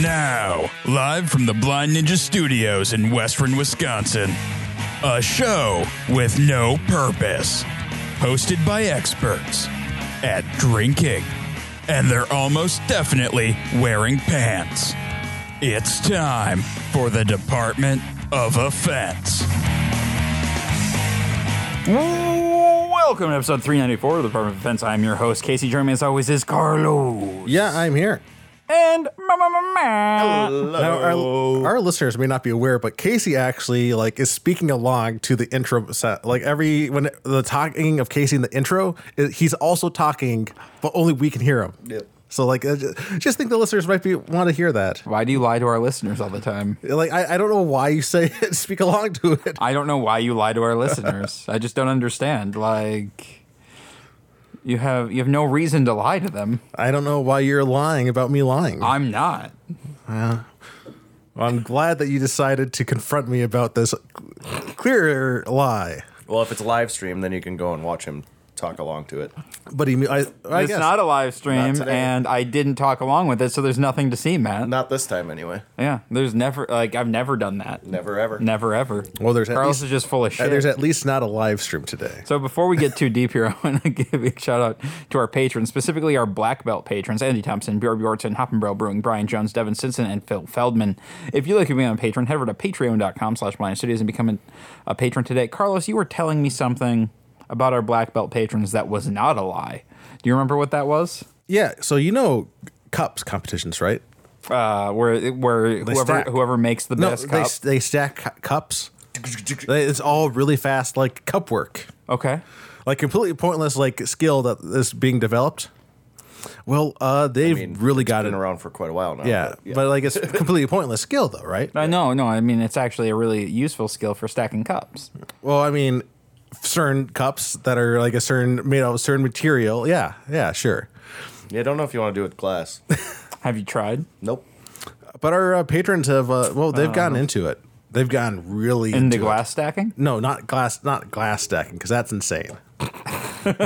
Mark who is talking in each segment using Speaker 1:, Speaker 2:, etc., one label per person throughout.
Speaker 1: Now, live from the Blind Ninja Studios in Western Wisconsin, a show with no purpose, hosted by experts at drinking, and they're almost definitely wearing pants. It's time for the Department of Offense.
Speaker 2: Welcome to episode 394 of the Department of Defense. I'm your host, Casey. Joining me as always is Carlos.
Speaker 3: Yeah, I'm here.
Speaker 2: And ma ma ma ma.
Speaker 3: Now, our, our listeners may not be aware, but Casey actually like is speaking along to the intro set. Like every when the talking of Casey in the intro, i- he's also talking, but only we can hear him.
Speaker 4: Yep.
Speaker 3: So like, I ju- just think the listeners might be want to hear that.
Speaker 2: Why do you lie to our listeners all the time?
Speaker 3: Like, I, I don't know why you say it, speak along to it.
Speaker 2: I don't know why you lie to our listeners. I just don't understand. Like you have you have no reason to lie to them.
Speaker 3: I don't know why you're lying about me lying.
Speaker 2: I'm not.
Speaker 3: I'm glad that you decided to confront me about this clear lie.
Speaker 4: Well, if it's live stream, then you can go and watch him talk along to it.
Speaker 3: But he, I, I
Speaker 2: it's
Speaker 3: guess
Speaker 2: not a live stream
Speaker 4: today.
Speaker 2: and I didn't talk along with it, so there's nothing to see, Matt.
Speaker 4: Not this time, anyway.
Speaker 2: Yeah. There's never like I've never done that.
Speaker 4: Never ever.
Speaker 2: Never ever.
Speaker 3: Well, there's at
Speaker 2: Carlos
Speaker 3: least-
Speaker 2: is just full of
Speaker 3: Uh,
Speaker 2: shit.
Speaker 3: there's at least not a live stream today.
Speaker 2: So before we get too deep here, I want to give a big shout out to our patrons, specifically our black belt patrons, Andy Thompson, Bjorn Bjornson, Hoppenbrell Brewing, Brian Jones, Devin Stinson, and Phil Feldman. If you'd like to be on patron, head over to patreon.com slash blind studios and become a, a patron today. Carlos, you were telling me something about our black belt patrons that was not a lie. Do you remember what that was?
Speaker 3: Yeah, so you know cups competitions, right?
Speaker 2: Uh, where where whoever
Speaker 3: stack.
Speaker 2: whoever makes the
Speaker 3: No,
Speaker 2: best
Speaker 3: they,
Speaker 2: cup.
Speaker 3: they stack cu- cups. They- It's all really fast, like cup work,
Speaker 2: okay.
Speaker 3: like completely pointless, like skill that is being developed. Well, uh, they've
Speaker 4: I mean,
Speaker 3: really
Speaker 4: it's
Speaker 3: got it.
Speaker 4: been around for quite a while now.
Speaker 3: Yeah,
Speaker 4: but
Speaker 3: but like it's completely pointless skill, though, right?
Speaker 2: I know, no, I mean it's actually a really useful skill for stacking cups.
Speaker 3: Well, I mean, certain cups that are like a certain made out of certain material. Yeah, yeah, sure.
Speaker 4: yeah, I don't know if you want to do it class.
Speaker 2: Have you tried?
Speaker 4: nope.
Speaker 3: But our uh, patrons have, uh, well, they've gotten into it. They've gotten really
Speaker 2: In
Speaker 3: into
Speaker 2: the
Speaker 3: it.
Speaker 2: glass stacking?
Speaker 3: No, not glass, not glass stacking, because that's insane.
Speaker 2: That's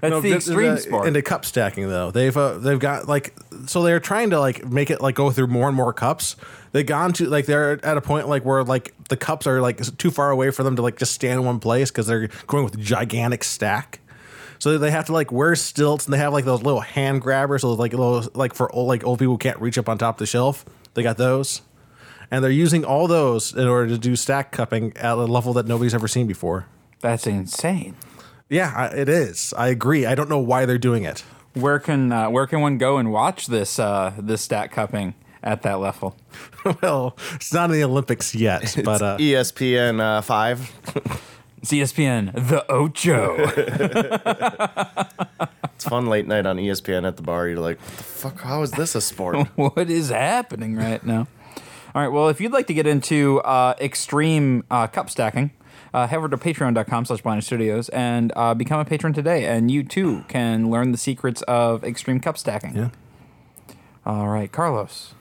Speaker 2: the
Speaker 3: This is
Speaker 2: extreme
Speaker 3: a-
Speaker 2: sport.
Speaker 3: Into cup stacking though, they've uh, they've got like so they're trying to like make it like go through more and more cups. They've gone to like they're at a point like where like the cups are like too far away for them to like just stand in one place because they're going with gigantic stack. So they have to like wear stilts and they have like those little hand grabbers, those like little like for old like old people who can't reach up on top of the shelf. They got those, and they're using all those in order to do stack cupping at a level that nobody's ever seen before.
Speaker 2: That's insane.
Speaker 3: Yeah, I- it is. I agree. I don't know why they're doing it.
Speaker 2: Where can uh, where can one go and watch this uh, this stat cupping at that level?
Speaker 3: well, it's not in the Olympics yet, but
Speaker 2: e-
Speaker 3: uh,
Speaker 4: ESPN uh, five.
Speaker 2: CSPN the Ocho.
Speaker 4: It's fun late night on E ESPN at the bar. You're like, what the fuck? How is this a sport?
Speaker 2: what is happening right now? All right. Well, if you'd like to get into uh, extreme uh, cup stacking. Uh, head over to patreon.com slash blind studios and uh, become a patron today and you too can learn the secrets of extreme cup stacking
Speaker 3: yeah.
Speaker 2: all right carlos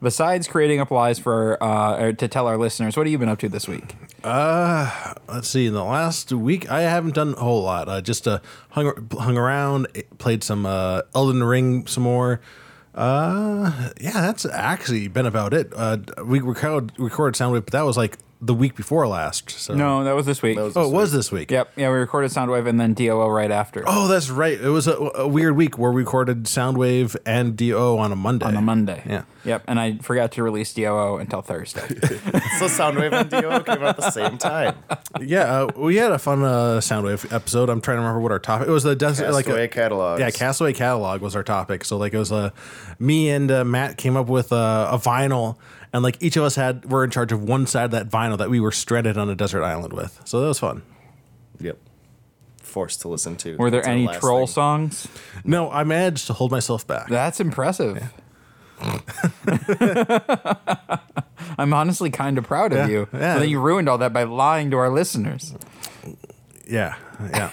Speaker 2: besides creating up lies for uh, or to tell our listeners what have you been up to this week
Speaker 3: Let's see. In the last week, I haven't done a whole lot. I just uh, hung hung around, eh, played some uh, Elden Ring some more. Uh, yeah, that's actually been about it. Uh, we recorded recorded Soundwave, but that was like the week before last. So
Speaker 2: no that was this week
Speaker 3: oh, it was this week.
Speaker 2: Yep. Yeah, we recorded Soundwave and then DOO right after
Speaker 3: Oh, that's right. It was a, a weird week where we recorded Soundwave and Do on a Monday.
Speaker 2: on a Monday.
Speaker 3: Yeah.
Speaker 2: Yep. And I forgot to release DOO until Thursday.
Speaker 4: so Soundwave and Do came out at the same time.
Speaker 3: yeah, uh, we had a fun uh, Soundwave episode. I'm trying to remember what our topic. It was the desert, like uh,
Speaker 4: Castaway
Speaker 3: a,
Speaker 4: catalogs.
Speaker 3: Yeah, Castaway catalog was our topic. So like it was uh, me and uh, Matt came up with uh, a vinyl, and like each of us had were in charge of one side of that vinyl that we were stranded on a desert island with. So that was fun.
Speaker 4: Yep. Forced to listen to.
Speaker 2: Were there
Speaker 4: to the
Speaker 2: any
Speaker 4: last
Speaker 2: troll
Speaker 4: thing.
Speaker 2: songs?
Speaker 3: No, I managed to hold myself back.
Speaker 2: That's impressive. I'm honestly kind of proud of
Speaker 3: Yeah,
Speaker 2: you.
Speaker 3: yeah.
Speaker 2: But then you ruined all that by lying to our listeners.
Speaker 3: yeah, yeah,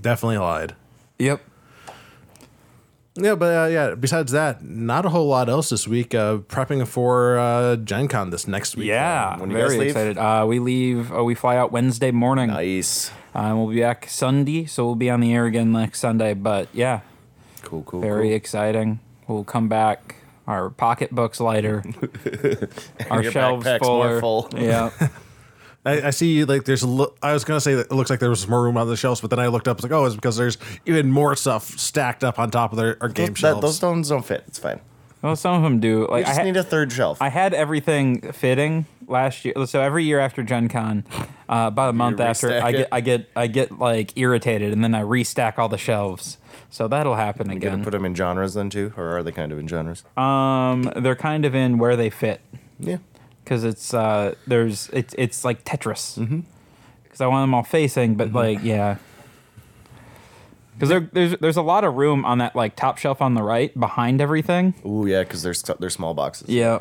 Speaker 3: definitely lied.
Speaker 2: Yep.
Speaker 3: Yeah, but uh, yeah. Besides that, not a whole lot else this week. Uh, prepping for uh, Gen Con this next week.
Speaker 2: Yeah.
Speaker 4: When you guys
Speaker 2: very
Speaker 4: leave?
Speaker 2: excited. Uh, we leave. Uh, we fly out Wednesday morning.
Speaker 4: Nice.
Speaker 2: Uh, we'll be back Sunday, so we'll be on the air again next Sunday. But yeah,
Speaker 4: Cool, cool.
Speaker 2: Very
Speaker 4: cool.
Speaker 2: exciting. We'll come back. our pocketbooks lighter, our
Speaker 4: Your
Speaker 2: shelves
Speaker 4: backpack's
Speaker 2: fuller.
Speaker 4: more full.
Speaker 2: Yeah,
Speaker 3: I, I see like there's a lo- I was gonna say that it looks like there was more room on the shelves, but then I looked up it's like oh it's because there's even more stuff stacked up on top of their our game
Speaker 4: Those, that,
Speaker 3: shelves.
Speaker 4: those stones don't fit. It's fine.
Speaker 2: well, some of them do.
Speaker 4: You
Speaker 2: Like I
Speaker 4: just
Speaker 2: ha-
Speaker 4: need a third shelf.
Speaker 2: I had everything fitting last year. So every year after Gen Con, uh, about a month after,
Speaker 4: restack
Speaker 2: I
Speaker 4: it?
Speaker 2: get I get I get like irritated, and then I restack all the shelves. So that'll happen
Speaker 4: you gonna
Speaker 2: again.
Speaker 4: put them in genres then too, or are they kind of in genres?
Speaker 2: um, they're kind of in where they fit
Speaker 4: yeah.
Speaker 2: because it's uh, there's it's it's like Tetris.
Speaker 4: Mm-hmm.
Speaker 2: Because I want them all facing, but like yeah. Because there, there's there's a lot of room on that like top shelf on the right behind everything.
Speaker 4: Ooh, yeah, because they're s- they're small boxes.
Speaker 2: Yeah.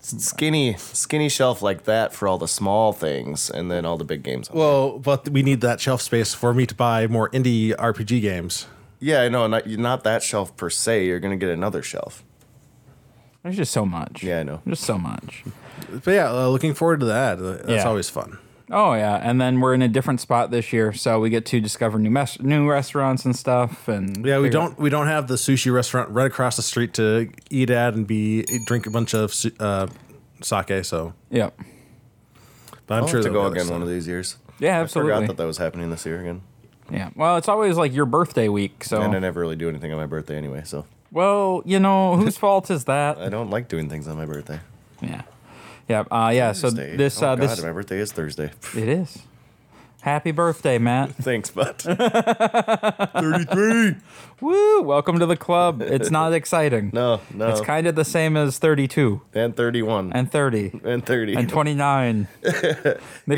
Speaker 4: Skinny, skinny shelf like that for all the small things, and then all the big games.
Speaker 3: well, but we need that shelf space for me to buy more indie RPG games.
Speaker 4: yeah, I know. Not not that shelf per se. You're gonna get another shelf.
Speaker 2: There's just so much.
Speaker 4: Yeah, I know.
Speaker 2: Just so much.
Speaker 3: But yeah, uh, looking forward to that. That's
Speaker 2: Yeah.
Speaker 3: always fun.
Speaker 2: Oh yeah, and then we're in a different spot this year, so we get to discover new mes- new restaurants and stuff. And
Speaker 3: Yeah, we
Speaker 2: figure-
Speaker 3: don't we don't have the sushi restaurant right across the street to eat at and be drink a bunch of su- uh, sake. So,
Speaker 2: Yeah,
Speaker 3: but I'm
Speaker 4: I'll
Speaker 3: sure
Speaker 4: have to
Speaker 3: they'll
Speaker 4: go
Speaker 3: get
Speaker 4: again
Speaker 3: us
Speaker 4: one
Speaker 3: there.
Speaker 4: of these years.
Speaker 2: yeah,
Speaker 4: I
Speaker 2: absolutely.
Speaker 4: forgot that that was happening this year again,
Speaker 2: yeah, well, it's always like your birthday week, so
Speaker 4: and I never really do anything on my birthday anyway, so
Speaker 2: well, you know, whose fault is that?
Speaker 4: I don't like doing things on my birthday.
Speaker 2: Yeah, yeah, uh, yeah. So
Speaker 4: Thursday.
Speaker 2: this,
Speaker 4: oh,
Speaker 2: uh,
Speaker 4: God,
Speaker 2: this,
Speaker 4: my birthday is Thursday.
Speaker 2: it is. Happy birthday, Matt!
Speaker 4: Thanks, but
Speaker 2: Woo! Welcome to the club. It's not exciting.
Speaker 4: no, no,
Speaker 2: it's kind of the same as thirty-two
Speaker 4: and thirty-one and,
Speaker 2: and thirty
Speaker 4: thirty
Speaker 2: and twenty-nine. They've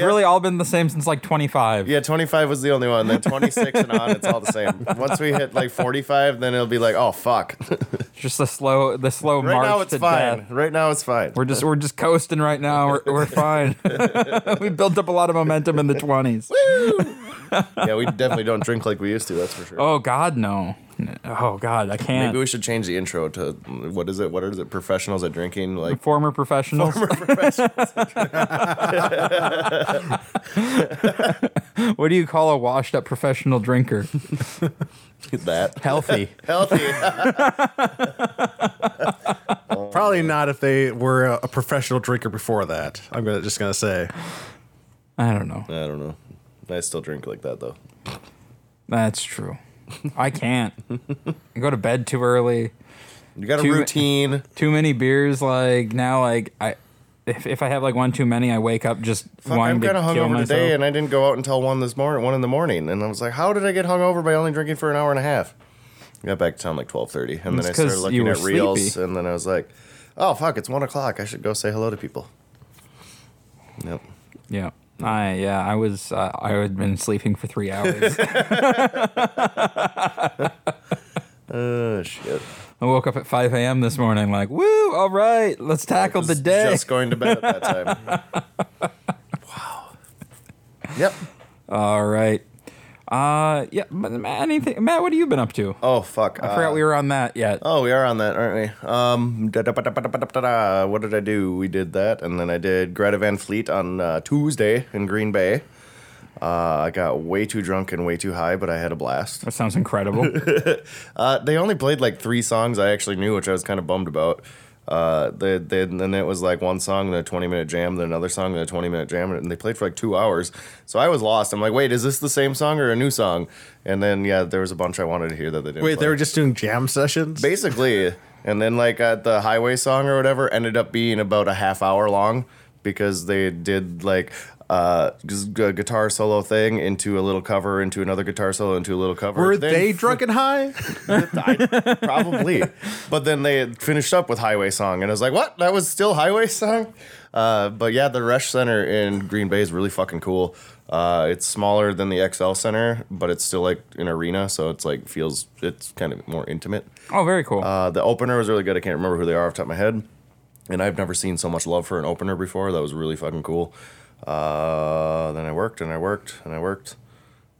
Speaker 2: really all been the same since like twenty-five.
Speaker 4: Yeah, 25 was the only one. Then 26 and on, it's all the same. Once we hit like 45, then it'll be like, oh fuck. right
Speaker 2: Just the slow, the slow march
Speaker 4: now it's
Speaker 2: to
Speaker 4: fine.
Speaker 2: death.
Speaker 4: Right now it's fine.
Speaker 2: We're just we're just coasting right now. We're, we're fine. we built up a lot of momentum in the twenties.
Speaker 4: yeah, we definitely don't drink like we used to. That's for sure.
Speaker 2: Oh God, no. Oh God, I can't.
Speaker 4: Maybe we should change the intro to what is it? What is it? Professionals at drinking? Like
Speaker 2: Former professionals. what do you call a washed up professional drinker?
Speaker 4: that.
Speaker 2: Healthy.
Speaker 4: Healthy.
Speaker 3: Probably not if they were a, a professional drinker before that. I'm gonna, just gonna say.
Speaker 2: I don't know.
Speaker 4: I don't know. I still drink like that though.
Speaker 2: That's true. I can't. I go to bed too early.
Speaker 4: You got a
Speaker 2: Too-
Speaker 4: routine.
Speaker 2: Too many beers. Like now, like I. If, if I have like one too many, I wake up just
Speaker 4: Fuck, I'm
Speaker 2: wanting
Speaker 4: kind
Speaker 2: to
Speaker 4: of
Speaker 2: kill
Speaker 4: hungover
Speaker 2: myself.
Speaker 4: today, and I didn't go out until one this morning, one in the morning, and I was like, "How did I get hungover by only drinking for an hour and a half?" I got back to town like twelve thirty, and
Speaker 2: It's
Speaker 4: then I started
Speaker 2: 'cause
Speaker 4: looking
Speaker 2: you were
Speaker 4: at reels,
Speaker 2: sleepy.
Speaker 4: and then I was like, "Oh fuck, it's one o'clock. I should go say hello to people." Yep.
Speaker 2: Yeah. I yeah, I was uh, I had been sleeping for three hours. I
Speaker 4: Oh shit.
Speaker 2: woke up at five a.m. this morning, like, woo, all right, let's tackle the
Speaker 4: Was
Speaker 2: day.
Speaker 4: Just going to bed at that time. wow. Yep.
Speaker 2: All right, uh, yeah. But Matt, anything, Matt? What have you been up to?
Speaker 4: Oh fuck.
Speaker 2: I forgot we were on that yet.
Speaker 4: Oh, we are on that, aren't we? Um, da-da-ba-da-ba-da-ba-da-da. what did I do? We did that, and then I did Greta Van Fleet on uh, Tuesday in Green Bay. Uh, I got way too drunk and way too high, but I had a blast.
Speaker 2: That sounds incredible.
Speaker 4: Uh, they only played like three songs I actually knew, which I was kind of bummed about. Uh, they, they, and then it was like one song, then a 20 minute jam, then another song, then a 20 minute jam, and they played for like two hours. So I was lost. I'm like, wait, is this the same song or a new song? And then, yeah, there was a bunch I wanted to hear that they didn't
Speaker 3: Wait,
Speaker 4: play.
Speaker 3: they were just doing jam sessions.
Speaker 4: Basically, and then like uh, the highway song or whatever ended up being about a half hour long because they did like uh, just a guitar solo thing into a little cover, into another guitar solo, into a little cover.
Speaker 3: Were
Speaker 4: Then-
Speaker 3: they drunk and high?
Speaker 4: I- probably. But then they finished up with Highway Song, and I was like, "What? That was still Highway Song?" Uh, but yeah, the Rush Center in Green Bay is really fucking cool. Uh, it's smaller than the XL Center, but it's still like an arena, so it's like feels it's kind of more intimate.
Speaker 2: oh, very cool.
Speaker 4: Uh, the opener was really good. I can't remember who they are off the top of my head. And I've never seen so much love for an opener before. That was really fucking cool. Uh, then I worked and I worked and I worked.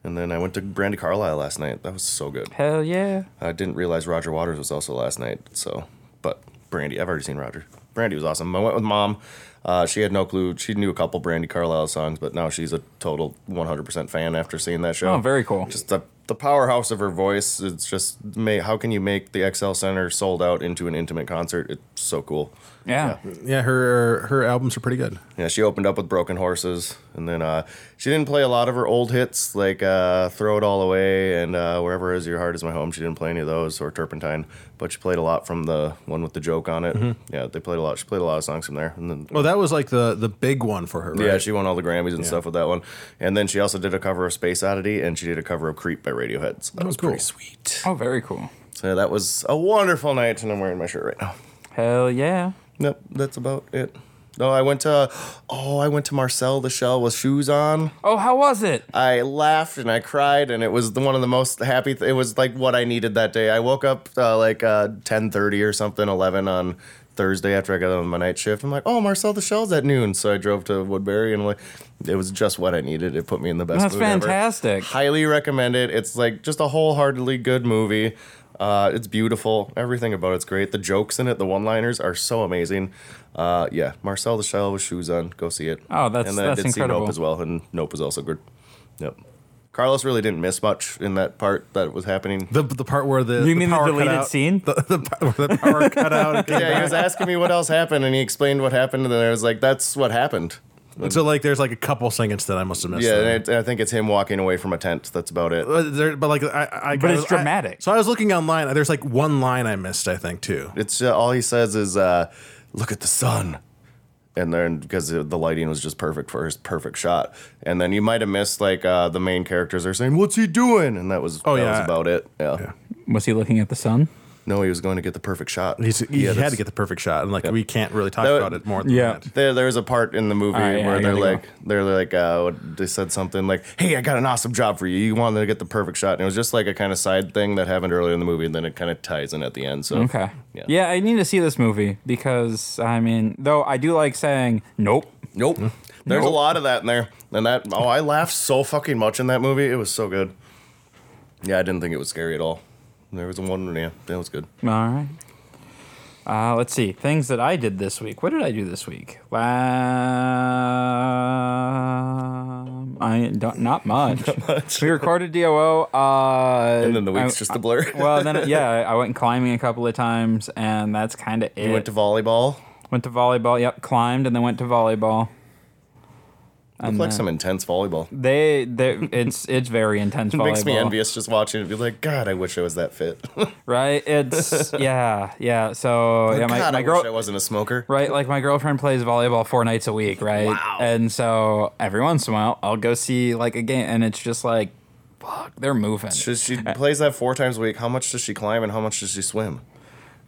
Speaker 4: And then I went to Brandy Carlisle last night. That was so good.
Speaker 2: Hell yeah.
Speaker 4: I didn't realize Roger Waters was also last night. So, but Brandy, I've already seen Roger. Brandy was awesome. I went with mom. Uh, she had no clue. She knew a couple Brandy Carlisle songs, but now she's a total 100% fan after seeing that show.
Speaker 2: Oh, very cool.
Speaker 4: Just the, the powerhouse of her voice. It's just ma- how can you make the XL Center sold out into an intimate concert? It's so cool.
Speaker 2: Yeah.
Speaker 3: Yeah, her her albums are pretty good.
Speaker 4: Yeah, she opened up with Broken Horses, and then uh, she didn't play a lot of her old hits like uh, Throw It All Away and uh, Wherever Is Your Heart Is My Home. She didn't play any of those or Turpentine, but she played a lot from the one with the joke on it. Yeah, they played a lot. She played a lot of songs from there, and then
Speaker 3: Well, that was like the the big one for her. Right?
Speaker 4: yeah, she won all the Grammys and stuff with that one. And then she also did a cover of Space Oddity, and she did a cover of Creep by Radiohead. So that was
Speaker 3: cool.
Speaker 4: pretty sweet.
Speaker 2: Oh, very cool.
Speaker 4: So that was a wonderful night, and I'm wearing my shirt right now.
Speaker 2: Hell yeah.
Speaker 4: Nope, that's about it. No, I went to oh, I went to Marcel the Shell with shoes on.
Speaker 2: Oh, how was it?
Speaker 4: I laughed and I cried, and it was the, one of the most happy. Th- it was like what I needed that day. I woke up uh, like uh, ten thirty or something, eleven on Thursday after I got out of my night shift. I'm like, oh, Marcel the Shell's at noon, so I drove to Woodbury, and like, it was just what I needed. It put me in the best.
Speaker 2: That's
Speaker 4: mood ever.
Speaker 2: fantastic.
Speaker 4: Highly recommend it. It's like just a wholeheartedly good movie. Uh, it's beautiful. Everything about it's great. The jokes in it, the one-liners are so amazing. Uh, yeah, Marcel the Shell with shoes on. Go see it.
Speaker 2: Oh, that's-
Speaker 4: and then
Speaker 2: that's
Speaker 4: I did See
Speaker 2: incredible.
Speaker 4: Nope as well, and Nope is also good. Yep. Carlos really didn't miss much in that part that was happening.
Speaker 3: The, the part where the
Speaker 2: You mean the
Speaker 3: power cut
Speaker 2: deleted
Speaker 3: out-
Speaker 2: scene?
Speaker 3: The, the, part where the power cut out. and came
Speaker 4: Yeah, he was asking me what else happened, and he explained what happened, and then I was like, "That's what happened."
Speaker 3: back. So like, there's like a couple singles that I must have missed.
Speaker 4: Yeah,
Speaker 3: then.
Speaker 4: and it, I think it's him walking away from a tent. That's about it.
Speaker 3: But, there, but like, I, I
Speaker 2: But
Speaker 3: I
Speaker 2: it's
Speaker 3: was- I-
Speaker 2: dramatic.
Speaker 3: so I was looking online. There's like one line I missed. I think too.
Speaker 4: It's uh, all he says is, uh, "Look at the sun," and then because the lighting was just perfect for his perfect shot, and then you might have missed like uh, the main characters are saying, "What's he doing?" and that was
Speaker 3: Oh,
Speaker 4: that
Speaker 3: yeah.
Speaker 4: was about it. Yeah.
Speaker 2: Was he looking at the sun?
Speaker 4: no, he was going to get the perfect shot.
Speaker 3: He's, he
Speaker 4: Yeah,
Speaker 3: had
Speaker 4: that's-
Speaker 3: to get the perfect shot, and like we can't really talk
Speaker 4: That-
Speaker 3: about it more than
Speaker 2: Yeah.
Speaker 3: that.
Speaker 4: There, there's a part in the movie
Speaker 2: All right,
Speaker 4: where
Speaker 2: I
Speaker 4: they're
Speaker 2: gotta go.
Speaker 4: like, they're like, uh, what- they said something like, "Hey, I got an awesome job for you. You wanted to get the perfect shot," and it was just like a kind of side thing that happened earlier in the movie, and then it kind of ties in at the end. So
Speaker 2: Okay.
Speaker 4: yeah,
Speaker 2: yeah, I need to see this movie because, I mean, though I do like saying, nope.
Speaker 4: nope. There's a lot of that in there, and that oh, I laughed so fucking much in that movie. It was so good. Yeah, I didn't think it was scary at all. There was one, yeah, that was good.
Speaker 2: All right. Uh, let's see. Things that I did this week. What did I do this week? Um, I don't, not much. We recorded DOO. Uh,
Speaker 4: And then the week's
Speaker 2: I-
Speaker 4: just a blur.
Speaker 2: well, then yeah, I went climbing a couple of times, and that's kind of it.
Speaker 4: you went to volleyball.
Speaker 2: Went to volleyball. Yep, climbed and then went to volleyball.
Speaker 4: Looked
Speaker 2: uh,
Speaker 4: like some intense volleyball.
Speaker 2: They, they it's it's very intense. volleyball.
Speaker 4: Makes me envious just watching it. Be like, God, I wish I was that fit.
Speaker 2: right? It's yeah, yeah. So yeah, my,
Speaker 4: God,
Speaker 2: my
Speaker 4: I
Speaker 2: girl,
Speaker 4: wish I wasn't a smoker.
Speaker 2: right? Like my girlfriend plays volleyball four nights a week, right?
Speaker 4: Wow.
Speaker 2: And so every once in a while, I'll go see like a game, and it's just like, fuck, they're moving.
Speaker 4: She, she
Speaker 2: Uh,
Speaker 4: plays that four times a week. How much does she climb and how much does she swim?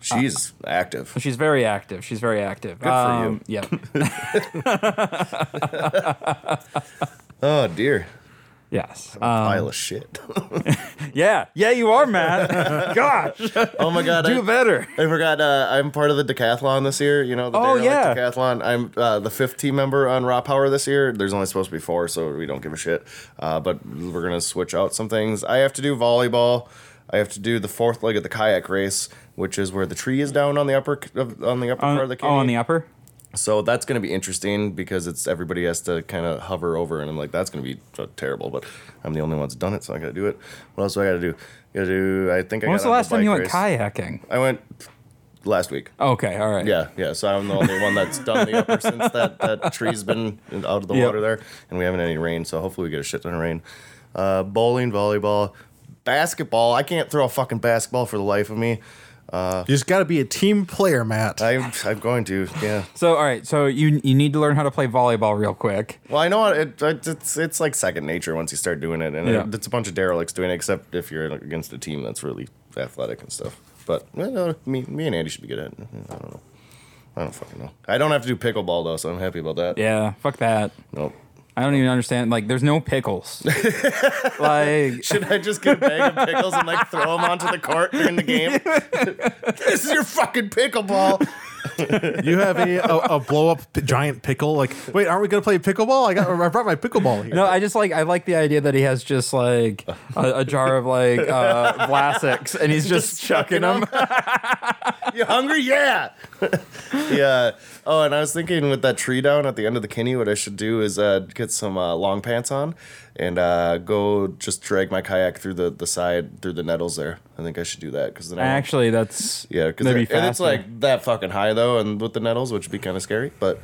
Speaker 4: She's
Speaker 2: Uh,
Speaker 4: active.
Speaker 2: She's very active. She's very active. Good
Speaker 4: for
Speaker 2: you. Yeah,
Speaker 4: Oh dear,
Speaker 2: yes. Uh,
Speaker 4: pile of shit.
Speaker 2: yeah, yeah. You are, Matt. Gosh,
Speaker 4: oh my god,
Speaker 2: do
Speaker 4: I,
Speaker 2: better.
Speaker 4: I forgot. Uh, I'm part of the decathlon this year. You know, the
Speaker 2: Oh,
Speaker 4: Dare
Speaker 2: yeah.
Speaker 4: Lake decathlon. I'm uh, the fifth team member on Raw Power this year. There's only supposed to be four, so we don't give a shit. Uh, but we're gonna switch out some things. I have to do volleyball. I have to do the fourth leg of the kayak race, which is where the tree is down on the upper on the upper part of the
Speaker 2: oh, on
Speaker 4: canyon.
Speaker 2: the upper.
Speaker 4: So that's going to be interesting because it's everybody has to kind of hover over, and I'm like, that's going to be t- terrible. But I'm the only one that's done it, so I got to do it. What else do I got to do? Got to do. I think I.
Speaker 2: When was
Speaker 4: got
Speaker 2: the
Speaker 4: on
Speaker 2: last time
Speaker 4: bike
Speaker 2: you went
Speaker 4: race.
Speaker 2: kayaking?
Speaker 4: I went last week.
Speaker 2: Okay, all right.
Speaker 4: Yeah, yeah. So I'm the only one that's done the upper since that that tree's been out of the
Speaker 2: Yep.
Speaker 4: water there, and we haven't any rain. So hopefully we get a shit ton of rain. Uh, bowling, volleyball, basketball. I can't throw a fucking basketball for the life of me.
Speaker 3: You just got to be a team player, Matt.
Speaker 4: I'm I'm going to. Yeah.
Speaker 2: So all right. So you you need to learn how to play volleyball real quick.
Speaker 4: Well, I know it, it, it's it's like second nature once you start doing it, and
Speaker 2: Yeah.
Speaker 4: it's a bunch of derelicts doing it, except if you're against a team that's really athletic and stuff. But you know, me, me and Andy should be good at it. I don't know. I don't fucking know. I don't have to do pickleball though, so I'm happy about that.
Speaker 2: Yeah. Fuck that.
Speaker 4: Nope.
Speaker 2: I don't even understand. Like, there's no pickles. like,
Speaker 4: Should I just get a bag of pickles and like throw them onto the court during the game? this is your fucking pickleball.
Speaker 3: You have a, a, a blow up p- giant pickle. Like, wait, aren't we gonna play pickleball? I got, I brought my pickleball here.
Speaker 2: No, I just like I like the idea that he has just like a, a jar of like uh Vlasics and he's just, chucking them.
Speaker 4: You hungry? Yeah. yeah. Oh, and I was thinking with that tree down at the end of the Kinney, what I should do is uh, get some uh, long pants on and uh, go just drag my kayak through the, the side, through the nettles there. I think I should do that because then I won't-
Speaker 2: Actually, that's
Speaker 4: yeah, because
Speaker 2: that'd be
Speaker 4: and it's
Speaker 2: faster.
Speaker 4: like that fucking high though, and with the nettles, which would be kind of scary. But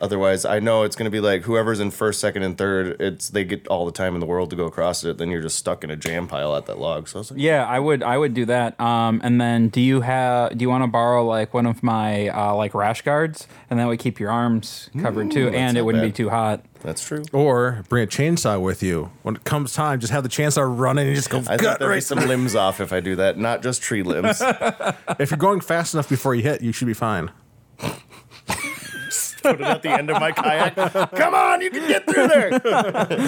Speaker 4: otherwise, I know it's gonna be like whoever's in first, second, and third. It's they get all the time in the world to go across it. Then you're just stuck in a jam pile at that log. So I was like,
Speaker 2: Yeah, I would I would do that. Um, and then do you have do you want to borrow like one of my uh, like rash guards, and that would keep your arms covered too, and it
Speaker 4: not
Speaker 2: wouldn't
Speaker 4: bad.
Speaker 2: be too hot.
Speaker 4: that's true.
Speaker 3: Or bring a chainsaw with you. When it comes time, just have the chainsaw running and just go
Speaker 4: I think
Speaker 3: gut
Speaker 4: there'll be
Speaker 3: right.
Speaker 4: some limbs off if I do that, not just tree limbs.
Speaker 3: If you're going fast enough before you hit, you should be fine.
Speaker 4: Put it at the end of my kayak. Come on, you can get through there.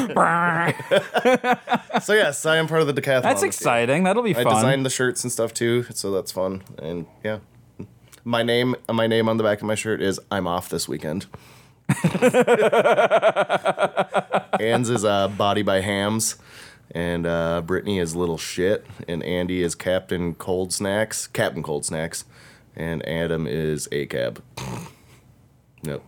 Speaker 2: That's
Speaker 4: So yes, I am part of the decathlon. this year.
Speaker 2: exciting. That'll be
Speaker 4: I
Speaker 2: fun.
Speaker 4: designed the shirts and stuff too, so that's fun. And yeah, my name, my name on the back of my shirt is "I'm off this weekend." Anne's is uh, "Body by Hams," and uh, Brittany is "Little Shit," and Andy is Captain Cold Snacks, Captain Cold Snacks, and Adam is A Cab. Yep,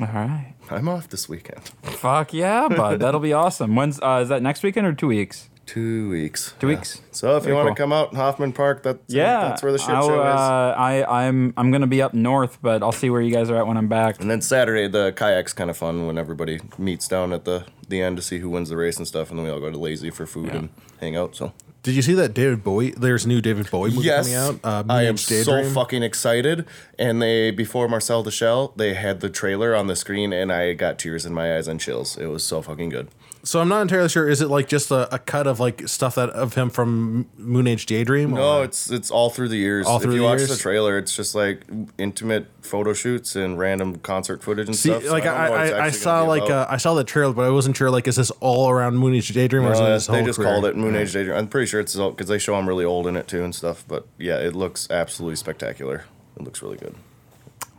Speaker 2: All right.
Speaker 4: I'm off this weekend.
Speaker 2: Fuck yeah, bud. That'll be awesome. When's uh, is that next weekend or two weeks?
Speaker 4: Two weeks.
Speaker 2: Two
Speaker 4: Yeah.
Speaker 2: weeks.
Speaker 4: So if
Speaker 2: Very
Speaker 4: you want to
Speaker 2: cool.
Speaker 4: come out in Hoffman Park, that's uh,
Speaker 2: Yeah,
Speaker 4: that's where the shit
Speaker 2: I'll,
Speaker 4: show is.
Speaker 2: Uh, I I'm I'm gonna be up north, but I'll see where you guys are at when I'm back.
Speaker 4: And then Saturday, the kayak's kind of fun when everybody meets down at the, the end to see who wins the race and stuff, and then we all go to Lazy for food and hang out. So
Speaker 3: Did you see that David Bowie? There's a new David Bowie movie
Speaker 4: yes,
Speaker 3: coming out.
Speaker 4: I am
Speaker 3: Moonage Daydream.
Speaker 4: so fucking excited. And they before Marcel the Shell, they had the trailer on the screen, and I got tears in my eyes and chills. It was so fucking good.
Speaker 3: So I'm not entirely sure. Is it like just a, a cut of like stuff that of him from Moon Age Daydream?
Speaker 4: No,
Speaker 3: or-
Speaker 4: it's it's all through the years.
Speaker 3: Oh, All
Speaker 4: if
Speaker 3: through
Speaker 4: you
Speaker 3: the
Speaker 4: watch
Speaker 3: years?
Speaker 4: the trailer, it's just like intimate photo shoots and random concert footage and
Speaker 3: See,
Speaker 4: stuff. so
Speaker 3: like
Speaker 4: don't know what
Speaker 3: I,
Speaker 4: it's
Speaker 3: I, I
Speaker 4: actually
Speaker 3: saw
Speaker 4: gonna be
Speaker 3: like
Speaker 4: about.
Speaker 3: uh, I saw the trailer, but I wasn't sure. Like, is this all around Moon Age Daydream or is
Speaker 4: Uh,
Speaker 3: it his whole
Speaker 4: they just
Speaker 3: career?
Speaker 4: called it Moon Age Daydream. I'm pretty sure it's because they show him really old in it too and stuff. But yeah, it looks absolutely spectacular. It looks really good.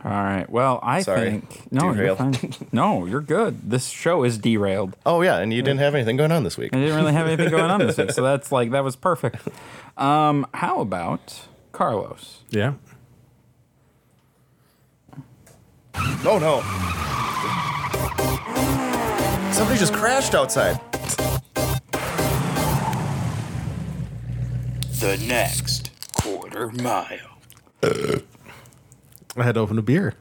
Speaker 2: All right. Well, I
Speaker 4: Sorry.
Speaker 2: think no, you're
Speaker 4: Derailed.
Speaker 2: fine. no, you're good. This show is derailed.
Speaker 4: Oh yeah, and you didn't have anything going on this week.
Speaker 2: I didn't really have anything going on this week, so that's like that was perfect. Um, how about Carlos?
Speaker 3: Yeah.
Speaker 4: Oh no! Somebody just crashed outside.
Speaker 1: The next quarter mile.
Speaker 3: I had to open a beer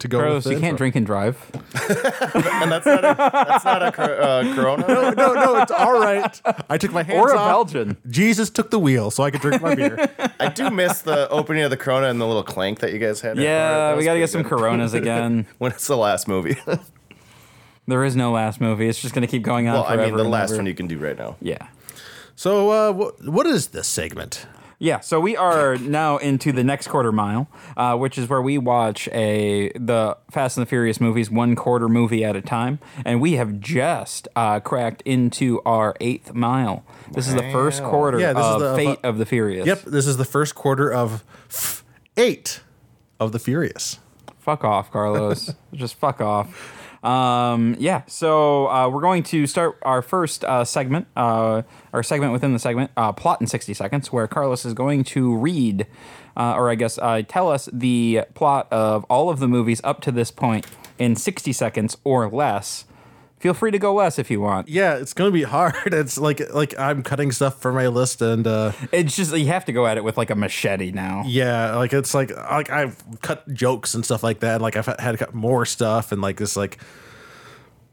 Speaker 3: to go.
Speaker 2: Carlos,
Speaker 3: with
Speaker 2: you
Speaker 3: it.
Speaker 2: can't drink and drive.
Speaker 4: And that's not a, that's not a cor- uh, Corona.
Speaker 3: No, no, no, it's all right. I took my hands
Speaker 2: Or a
Speaker 3: off.
Speaker 2: Belgian.
Speaker 3: Jesus took the wheel, so I could drink my beer.
Speaker 4: I do miss the opening of the Corona and the little clank that you guys had.
Speaker 2: Yeah,
Speaker 4: That
Speaker 2: we
Speaker 4: was
Speaker 2: got to get some
Speaker 4: pretty good.
Speaker 2: Coronas again.
Speaker 4: When it's the last movie. well,
Speaker 2: There is no last movie. It's just going to keep going on
Speaker 4: I
Speaker 2: forever.
Speaker 4: mean the
Speaker 2: and
Speaker 4: last
Speaker 2: ever.
Speaker 4: one you can do right now.
Speaker 2: Yeah.
Speaker 3: So, uh, what, what is this segment?
Speaker 2: Yeah, so we are now into the next quarter mile, uh, which is where we watch a the Fast and the Furious movies one quarter movie at a time, and we have just uh, cracked into our eighth mile. This is the first quarter
Speaker 3: Yeah, this is
Speaker 2: of
Speaker 3: the- uh,
Speaker 2: Fate of the Furious.
Speaker 3: Yep, this is the first quarter of f- eight of the Furious.
Speaker 2: Fuck off, Carlos. Just fuck off. Um, yeah, so uh, we're going to start our first uh, segment, uh, our segment within the segment, uh, Plot in 60 Seconds, where Carlos is going to read, uh, or I guess uh, tell us the plot of all of the movies up to this point in 60 seconds or less. Feel free to go less if you want.
Speaker 3: Yeah, it's gonna be hard. It's like like I'm cutting stuff for my list, and uh,
Speaker 2: It's just you have to go at it with like a machete now.
Speaker 3: yeah, like it's like like I've cut jokes and stuff like that. Like I've had to cut more stuff, and like this like.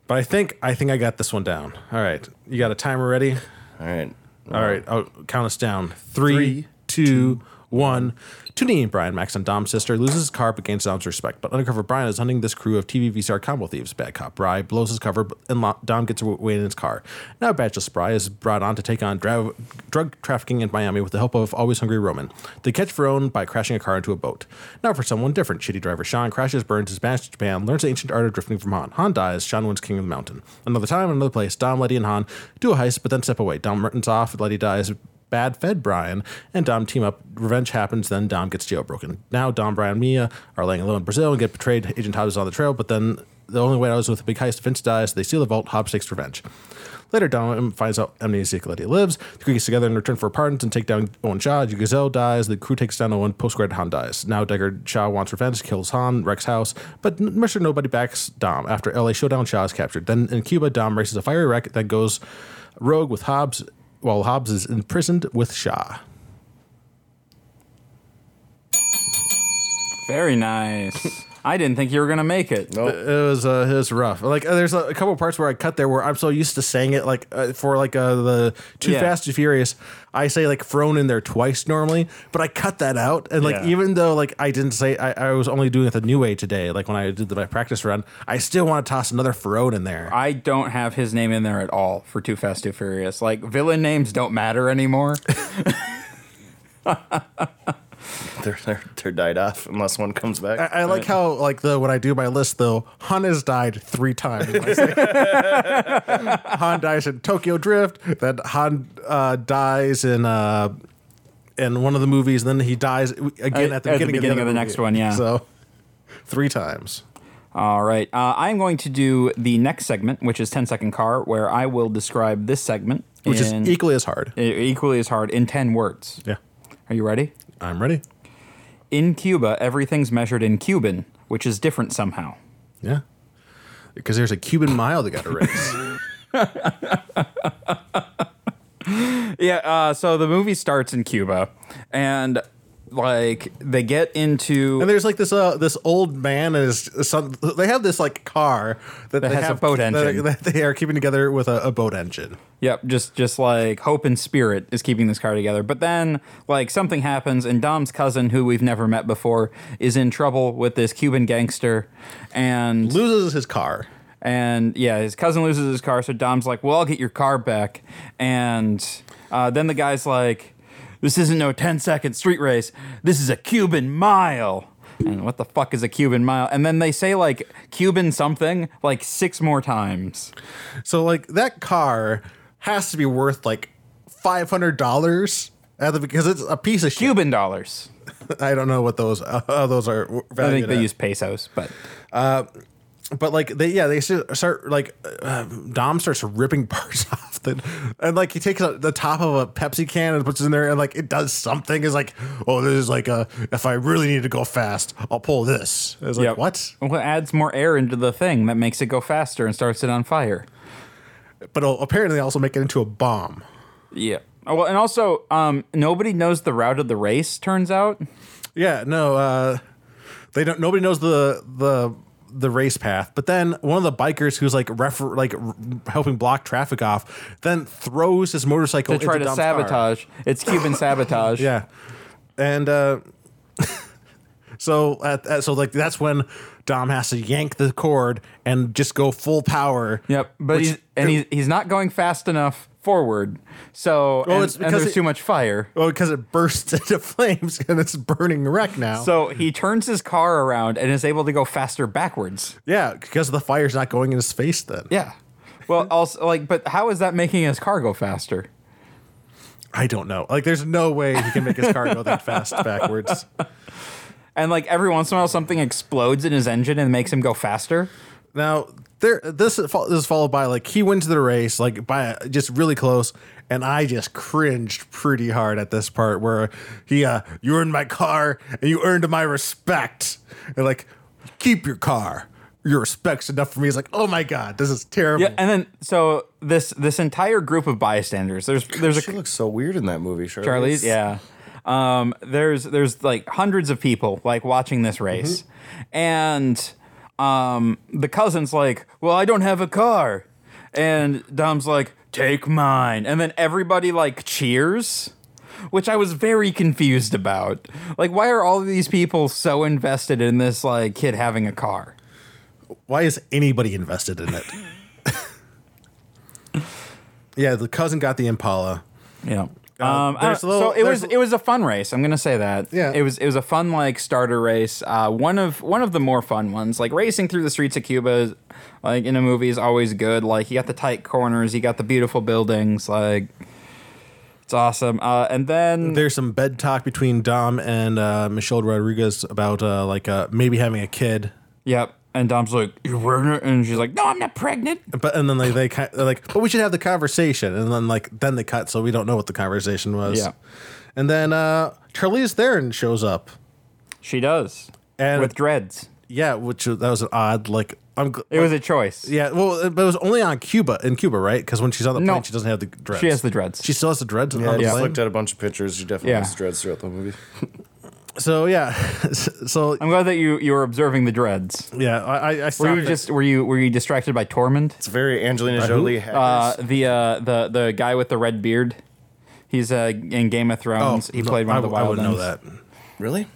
Speaker 3: But I think I think I got this one down. All right, you got a timer ready.
Speaker 4: All right.
Speaker 3: All right, I'll count us down. Three, two, one. Tune in, Brian Max and Dom's sister loses his car but gains Dom's respect. But undercover Brian is hunting this crew of TV VCR combo thieves. Bad cop Bry blows his cover but- and Lo- Dom gets away in his car. Now Badgeless Bry is brought on to take on dra- drug trafficking in Miami with the help of always hungry Roman. They catch Verone by crashing a car into a boat. Now for someone different, shitty driver Sean crashes, burns his banished to Japan, learns the ancient art of drifting from Han. Han dies. Sean wins King of the Mountain. Another time, another place. Dom, Letty, and Han do a heist, but then step away. Dom runs off. Letty dies. Bad fed Brian and Dom team up. Revenge happens. Then Dom gets jailbroken. Now Dom, Brian, and Mia are laying low in Brazil and get betrayed. Agent Hobbs is on the trail, but then the only way out is with a big heist. Vince dies. They steal the vault. Hobbs takes revenge. Later, Donovan finds out Amnesiac Lady lives. The crew gets together in return for pardons and take down Owen Shaw. Gazelle dies. The crew takes down Owen. Postgrad Han dies. Now Deckard Shaw wants revenge, kills Han, wrecks house, but n- Mr. Nobody backs Dom. After LA Showdown, Shaw is captured. Then in Cuba, Dom races a fiery wreck, then goes rogue with Hobbs, while Hobbs is imprisoned with Shaw.
Speaker 2: Very nice. I didn't think you were gonna make it.
Speaker 4: Nope.
Speaker 3: It was uh, it was rough. Like uh, there's a, a couple parts where I cut there where I'm so used to saying it like uh, for like uh, the Too
Speaker 2: Yeah.
Speaker 3: Fast and Furious, I say like thrown in there twice normally, but I cut that out. And like
Speaker 2: Yeah.
Speaker 3: even though like I didn't say I, I was only doing it the new way today, like when I did the, my practice run, I still want to toss another thrown in there.
Speaker 2: I don't have his name in there at all for Too Fast Too Furious. Like villain names don't matter anymore.
Speaker 4: They're, they're, they're died off unless one comes back.
Speaker 3: I, I like how like the when I do my list though, Han has died three times. Han dies in Tokyo Drift. Then Han uh, dies in uh, in one of the movies. Then he dies again
Speaker 2: Uh,
Speaker 3: at the beginning,
Speaker 2: at the
Speaker 3: of, the,
Speaker 2: beginning
Speaker 3: other
Speaker 2: of the next
Speaker 3: movie.
Speaker 2: one, yeah.
Speaker 3: So three times.
Speaker 2: All right. Uh, I'm going to do the next segment, which is 10 Second Car, where I will describe this segment,
Speaker 3: Which
Speaker 2: in-
Speaker 3: is equally as hard.
Speaker 2: e- equally as hard, in 10 words.
Speaker 3: Yeah.
Speaker 2: Are you ready?
Speaker 3: I'm ready.
Speaker 2: In Cuba, everything's measured in Cuban, which is different somehow.
Speaker 3: Yeah. Because there's a Cuban mile they got to race.
Speaker 2: Yeah, uh, so the movie starts in Cuba, and like they get into
Speaker 3: And there's like this uh this old man and his son. They have this like car that, they
Speaker 2: has a
Speaker 3: have,
Speaker 2: boat
Speaker 3: that-
Speaker 2: engine.
Speaker 3: that they are keeping together with a, a boat engine.
Speaker 2: Yep, just just like hope and spirit is keeping this car together. But then like something happens and Dom's cousin who we've never met before is in trouble with this Cuban gangster and
Speaker 3: Loses his car.
Speaker 2: and yeah, his cousin loses his car so Dom's like, "Well, I'll get your car back." And uh, then the guy's like, "This isn't no 10-second street race. This is a Cuban mile." And what the fuck is a Cuban mile? And then they say like Cuban something like six more times.
Speaker 3: So like that car has to be worth like five hundred dollars at the because it's a piece of shit.
Speaker 2: Cuban dollars.
Speaker 3: I don't know what those uh, those are.
Speaker 2: I think
Speaker 3: valued
Speaker 2: they
Speaker 3: at.
Speaker 2: use pesos, but
Speaker 3: but like they yeah they st- start like uh, Dom starts ripping parts off the and like he takes out the top of a Pepsi can and puts it in there and like it does something is like oh this is like a if I really need to go fast I'll pull this it's like
Speaker 2: Yep.
Speaker 3: what
Speaker 2: Well, it adds more air into the thing that makes it go faster and starts it on fire.
Speaker 3: but it'll apparently also make it into a bomb
Speaker 2: Yeah. Oh, well, and also, um, nobody knows the route of the race. Turns out,
Speaker 3: yeah no uh they don't nobody knows the the the race path but then one of the bikers who's like refer like r- helping block traffic off then throws his motorcycle
Speaker 2: to try
Speaker 3: into
Speaker 2: to
Speaker 3: Dom's car.
Speaker 2: sabotage. It's Cuban sabotage.
Speaker 3: Yeah, and uh, so at, at- so like that's when Dom has to yank the cord and just go full power.
Speaker 2: Yep. But
Speaker 3: Which-
Speaker 2: he's and he's, he's not going fast enough forward. So and,
Speaker 3: it's
Speaker 2: and
Speaker 3: because
Speaker 2: there's
Speaker 3: it-
Speaker 2: too much fire.
Speaker 3: Oh, because it bursts into flames and it's burning wreck now.
Speaker 2: So he turns his car around and is able to go faster backwards.
Speaker 3: yeah, because the fire's not going in his face then.
Speaker 2: Yeah. Well, also like, but how is that making his car go faster?
Speaker 3: I don't know. Like, there's no way he can make his car go that fast backwards.
Speaker 2: And like every once in a while, something explodes in his engine and makes him go faster.
Speaker 3: Now there, this is fol- this is followed by like he wins the race like by just really close, and I just cringed pretty hard at this part where he, uh, you earned my car and you earned my respect, and like keep your car, your respect's enough for me. It's like oh my god, this is terrible.
Speaker 2: Yeah, and then so this this entire group of bystanders. There's there's
Speaker 4: she
Speaker 2: a
Speaker 4: looks so weird in that movie, Charlie.
Speaker 2: Charlie's yeah. Um, there's there's like hundreds of people like watching this race, and um, the cousin's like, well, I don't have a car, and Dom's like, take mine, and then everybody like cheers. Which I was very confused about. Like, why are all of these people so invested in this like kid having a car?
Speaker 3: Why is anybody invested in it? yeah, the cousin got the Impala.
Speaker 2: Yeah.
Speaker 3: Uh,
Speaker 2: Um, I
Speaker 3: there's
Speaker 2: don't-
Speaker 3: a little-
Speaker 2: so it was
Speaker 3: there's-
Speaker 2: it was a fun race. I'm gonna say that.
Speaker 3: Yeah.
Speaker 2: It was it was a fun like starter race. Uh, one of one of the more fun ones. Like racing through the streets of Cuba, is, like in a movie, is always good. Like you got the tight corners, you got the beautiful buildings. Like it's awesome. Uh, and then
Speaker 3: There's some bed talk between Dom and uh, Michelle Rodriguez about uh, like uh, maybe having a kid.
Speaker 2: yep. And Dom's like, "You're pregnant," and she's like, "No, I'm not pregnant."
Speaker 3: But and then like they ki- they're like, but we should have the conversation, and then like then they cut, so we don't know what the conversation was.
Speaker 2: Yeah.
Speaker 3: And then uh Charlize Theron shows up.
Speaker 2: She does,
Speaker 3: And-
Speaker 2: with dreads.
Speaker 3: Yeah, which was- that was an odd like I'm. Gl-
Speaker 2: It was a choice.
Speaker 3: yeah, well, it- but it was only on Cuba in Cuba, right? Because when she's on the
Speaker 2: No.
Speaker 3: plane, she doesn't have the dreads.
Speaker 2: She has the dreads.
Speaker 3: She still has the dreads
Speaker 4: Yeah,
Speaker 3: on
Speaker 4: I
Speaker 3: the
Speaker 4: just
Speaker 3: plane.
Speaker 4: looked at a bunch of pictures. You definitely
Speaker 2: Yeah.
Speaker 4: yeah. dreads throughout the movie.
Speaker 3: So yeah, so
Speaker 2: I'm glad that you you were observing the dreads.
Speaker 3: yeah, I, I- I
Speaker 2: Were
Speaker 3: stopped
Speaker 2: you
Speaker 3: it.
Speaker 2: just were you were you distracted by Tormund?
Speaker 4: It's very Angelina
Speaker 3: who?
Speaker 4: Jolie.
Speaker 2: Uh,
Speaker 4: hackers.
Speaker 2: the uh, the the guy with the red beard. He's uh, in Game of Thrones. he
Speaker 3: Oh, no,
Speaker 2: played one
Speaker 3: I,
Speaker 2: of the
Speaker 3: w- I
Speaker 2: wild
Speaker 3: wouldn't know
Speaker 2: ones.
Speaker 3: that.
Speaker 4: really?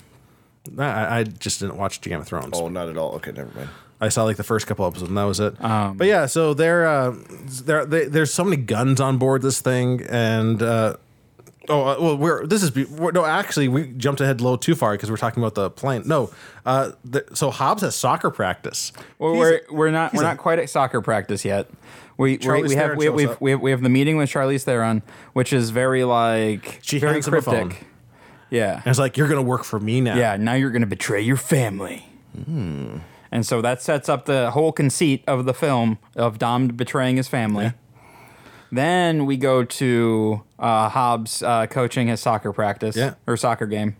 Speaker 3: No, I, I just didn't watch Game of Thrones.
Speaker 4: Oh, not at all. Okay, never mind.
Speaker 3: I saw like the first couple episodes, and that was it.
Speaker 2: Um,
Speaker 3: but yeah, so there, uh, there, they, there's so many guns on board this thing, and uh, oh uh, well, we're this is be- we're, no, actually, we jumped ahead a little too far because we're talking about the plane. No, uh, the, so Hobbs has soccer practice.
Speaker 2: Well,
Speaker 3: He's-
Speaker 2: we're we're not we're
Speaker 3: he's a-
Speaker 2: not quite at soccer practice yet. We we,
Speaker 3: Charlize
Speaker 2: we have
Speaker 3: Theron
Speaker 2: we,
Speaker 3: shows
Speaker 2: we've,
Speaker 3: up.
Speaker 2: we have we have the meeting with Charlize Theron, which is very like
Speaker 3: She
Speaker 2: very
Speaker 3: hands him a
Speaker 2: cryptic.
Speaker 3: phone.
Speaker 2: Yeah,
Speaker 3: and it's like you're gonna work for me now.
Speaker 2: yeah. Now you're gonna betray your family. And so that sets up the whole conceit of the film of Dom betraying his family. Then we go to uh, Hobbs uh, coaching his soccer practice
Speaker 3: Yeah.
Speaker 2: or soccer game.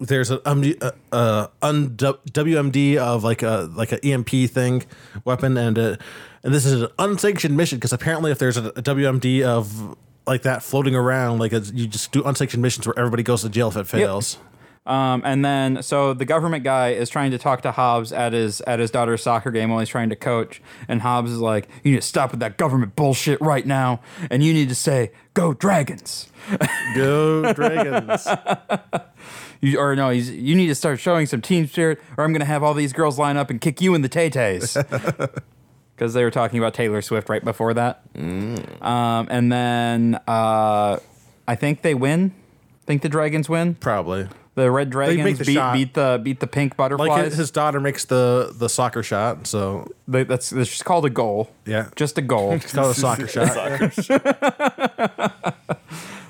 Speaker 3: there's a, um, uh, uh, un- WMD of like a like a EMP thing weapon, and uh and this is an unsanctioned mission because apparently if there's a, a WMD of like that floating around, like it's, you just do unsanctioned missions where everybody goes to jail if it fails.
Speaker 2: Um, and then, so the government guy is trying to talk to Hobbs at his at his daughter's soccer game while he's trying to coach. And Hobbs is like, "You need to stop with that government bullshit right now, and you need to say go dragons."
Speaker 3: Go dragons!
Speaker 2: You, or no, he's, you need to start showing some team spirit, or I'm gonna have all these girls line up and kick you in the tay-tays. Because they were talking about Taylor Swift right before that.
Speaker 3: Mm.
Speaker 2: Um, and then uh, I think they win. Think the dragons win.
Speaker 3: Probably
Speaker 2: The red dragons
Speaker 3: the
Speaker 2: beat,
Speaker 3: shot.
Speaker 2: beat the beat the pink butterflies.
Speaker 3: like his, his daughter makes the the soccer shot, so
Speaker 2: They- that's that's just called a goal.
Speaker 3: Yeah.
Speaker 2: just a goal.
Speaker 3: it's called a soccer shot.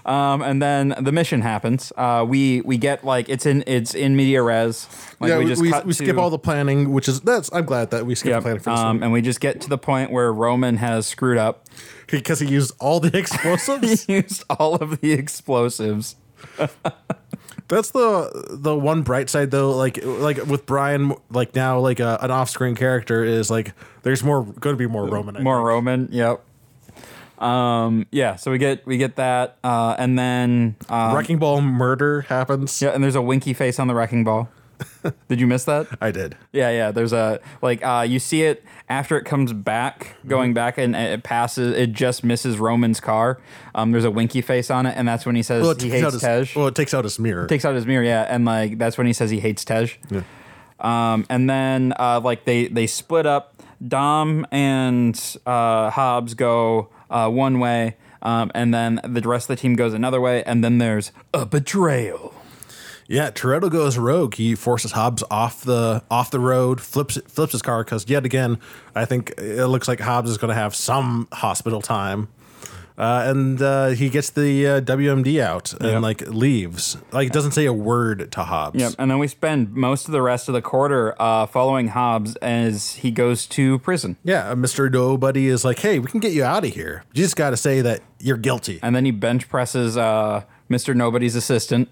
Speaker 2: um, and then the mission happens. Uh, we we get like it's in it's in media res. Like
Speaker 3: yeah, we, we,
Speaker 2: cut
Speaker 3: we skip
Speaker 2: to-
Speaker 3: all the planning, which is that's I'm glad that we skipped
Speaker 2: Yep.
Speaker 3: planning for this
Speaker 2: Um, and we just get to the point where Roman has screwed up.
Speaker 3: because he used all the explosives.
Speaker 2: He used all of the explosives.
Speaker 3: That's the the one bright side though. Like like with Brian, like now like a, an off screen character is like there's more going to be more Roman. I
Speaker 2: More Roman. Yep. Um, yeah. So we get we get that, uh, and then
Speaker 3: think.
Speaker 2: uh,
Speaker 3: Wrecking Ball murder happens.
Speaker 2: yeah, and there's a winky face on the wrecking ball. Did you miss that?
Speaker 3: I did.
Speaker 2: Yeah, yeah. There's a like uh, you see it after it comes back,
Speaker 3: Mm-hmm.
Speaker 2: going back, and it passes. It just misses Roman's car. Um, there's a winky face on it, and that's when he says
Speaker 3: Well, it
Speaker 2: he
Speaker 3: takes out
Speaker 2: hates
Speaker 3: his,
Speaker 2: Tej.
Speaker 3: well, it takes out his mirror.
Speaker 2: takes out his mirror, yeah, and like that's when he says he hates Tej.
Speaker 3: Yeah.
Speaker 2: Um, and then uh, like they they split up. Dom and uh, Hobbs go uh, one way, um, and then the rest of the team goes another way, and then there's a betrayal.
Speaker 3: yeah, Toretto goes rogue. He forces Hobbs off the off the road, flips flips his car because yet again, I think it looks like Hobbs is going to have some hospital time. Uh, and uh, he gets the uh, WMD out and
Speaker 2: Yep.
Speaker 3: like leaves. Like it doesn't say a word to Hobbs.
Speaker 2: Yep. And then we spend most of the rest of the quarter uh, following Hobbs as he goes to prison.
Speaker 3: Yeah, Mr. Nobody is like, hey, we can get you out of here. You just got to say that you're guilty.
Speaker 2: And then he bench presses uh, Mr. Nobody's assistant.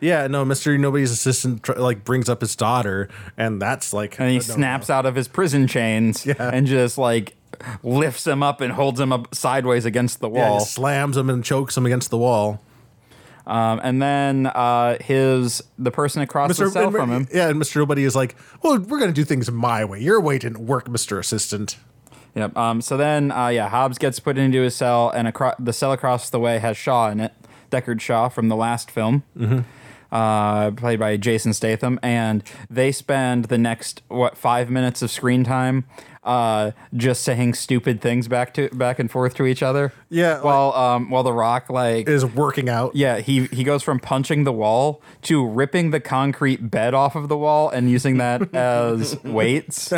Speaker 3: Yeah, no, Mr. Nobody's assistant tr- like brings up his daughter, and that's like,
Speaker 2: And he
Speaker 3: no,
Speaker 2: snaps out of his prison chains and just like lifts him up and holds him up sideways against the
Speaker 3: yeah, he
Speaker 2: wall.
Speaker 3: slams him and chokes him against the wall.
Speaker 2: Um, and then uh, his the person across the cell
Speaker 3: and-
Speaker 2: from him.
Speaker 3: Yeah, and Mr. Nobody is like, well, we're gonna do things my way. Your way didn't work, Mr. Assistant.
Speaker 2: Yep. Um, so then, uh, yeah, Hobbs gets put into his cell, and acro- the cell across the way has Shaw in it, Deckard Shaw from the last film,
Speaker 3: Mm-hmm.
Speaker 2: uh, played by Jason Statham. And they spend the next what five minutes of screen time uh, just saying stupid things back to back and forth to each other.
Speaker 3: Yeah, like-
Speaker 2: While um, while The Rock like
Speaker 3: Is working out.
Speaker 2: yeah, he he goes from punching the wall to ripping the concrete bed off of the wall and using that as weights.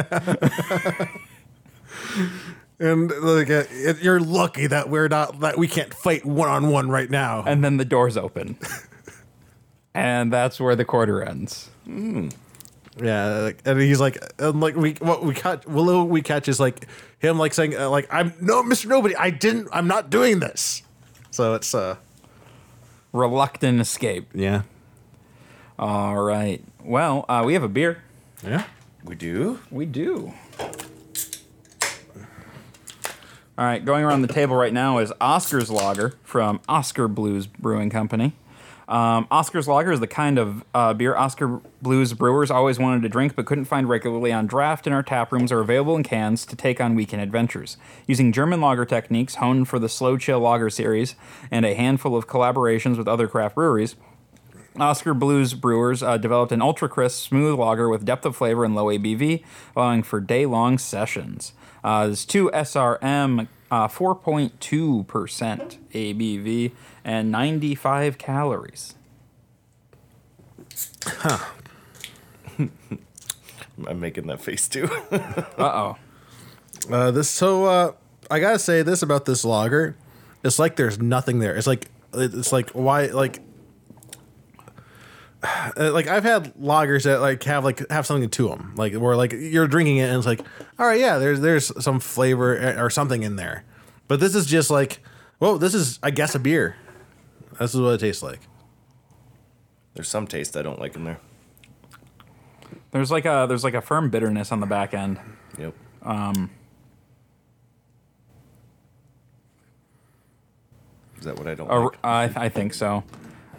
Speaker 3: And like, uh, it- you're lucky that we're not that we can't fight one on one right now.
Speaker 2: and then the doors open. and that's where the quarter ends.
Speaker 3: Yeah, like, and he's like, and like we what we catch Willow we catch is like him like saying uh, like I'm no Mister Nobody I didn't I'm not doing this. So it's uh
Speaker 2: Reluctant escape.
Speaker 3: yeah
Speaker 2: All right. Well, uh, we have a beer.
Speaker 3: yeah
Speaker 4: We do.
Speaker 2: We do. All right, going around the table right now is Oscar's Lager from Oscar Blues Brewing Company. Um, Oscar's Lager is the kind of uh, beer Oscar Blues brewers always wanted to drink but couldn't find regularly on draft, and our tap rooms are available in cans to take on weekend adventures. Using German lager techniques honed for the Slow Chill Lager series and a handful of collaborations with other craft breweries, Oscar Blues Brewers uh, developed an ultra crisp, smooth lager with depth of flavor and low ABV, allowing for day long sessions. Uh, there's two SRM, uh, 4.2% ABV, and 95 calories.
Speaker 4: I'm making that face too.
Speaker 3: uh this so uh I gotta say this about this logger, it's like there's nothing there. It's like it's like why like. uh, Like I've had lagers that like have like have something to them, like where like you're drinking it and it's like, all right, yeah, there's there's some flavor eh, or something in there, but this is just like, whoa, this is I guess a beer. This is what it tastes like.
Speaker 4: There's some taste I don't like in there.
Speaker 2: There's like a there's like a firm bitterness on the back end.
Speaker 4: Yep.
Speaker 2: Um,
Speaker 4: Is that what I don't
Speaker 2: Uh,
Speaker 4: like?
Speaker 2: I, I think so.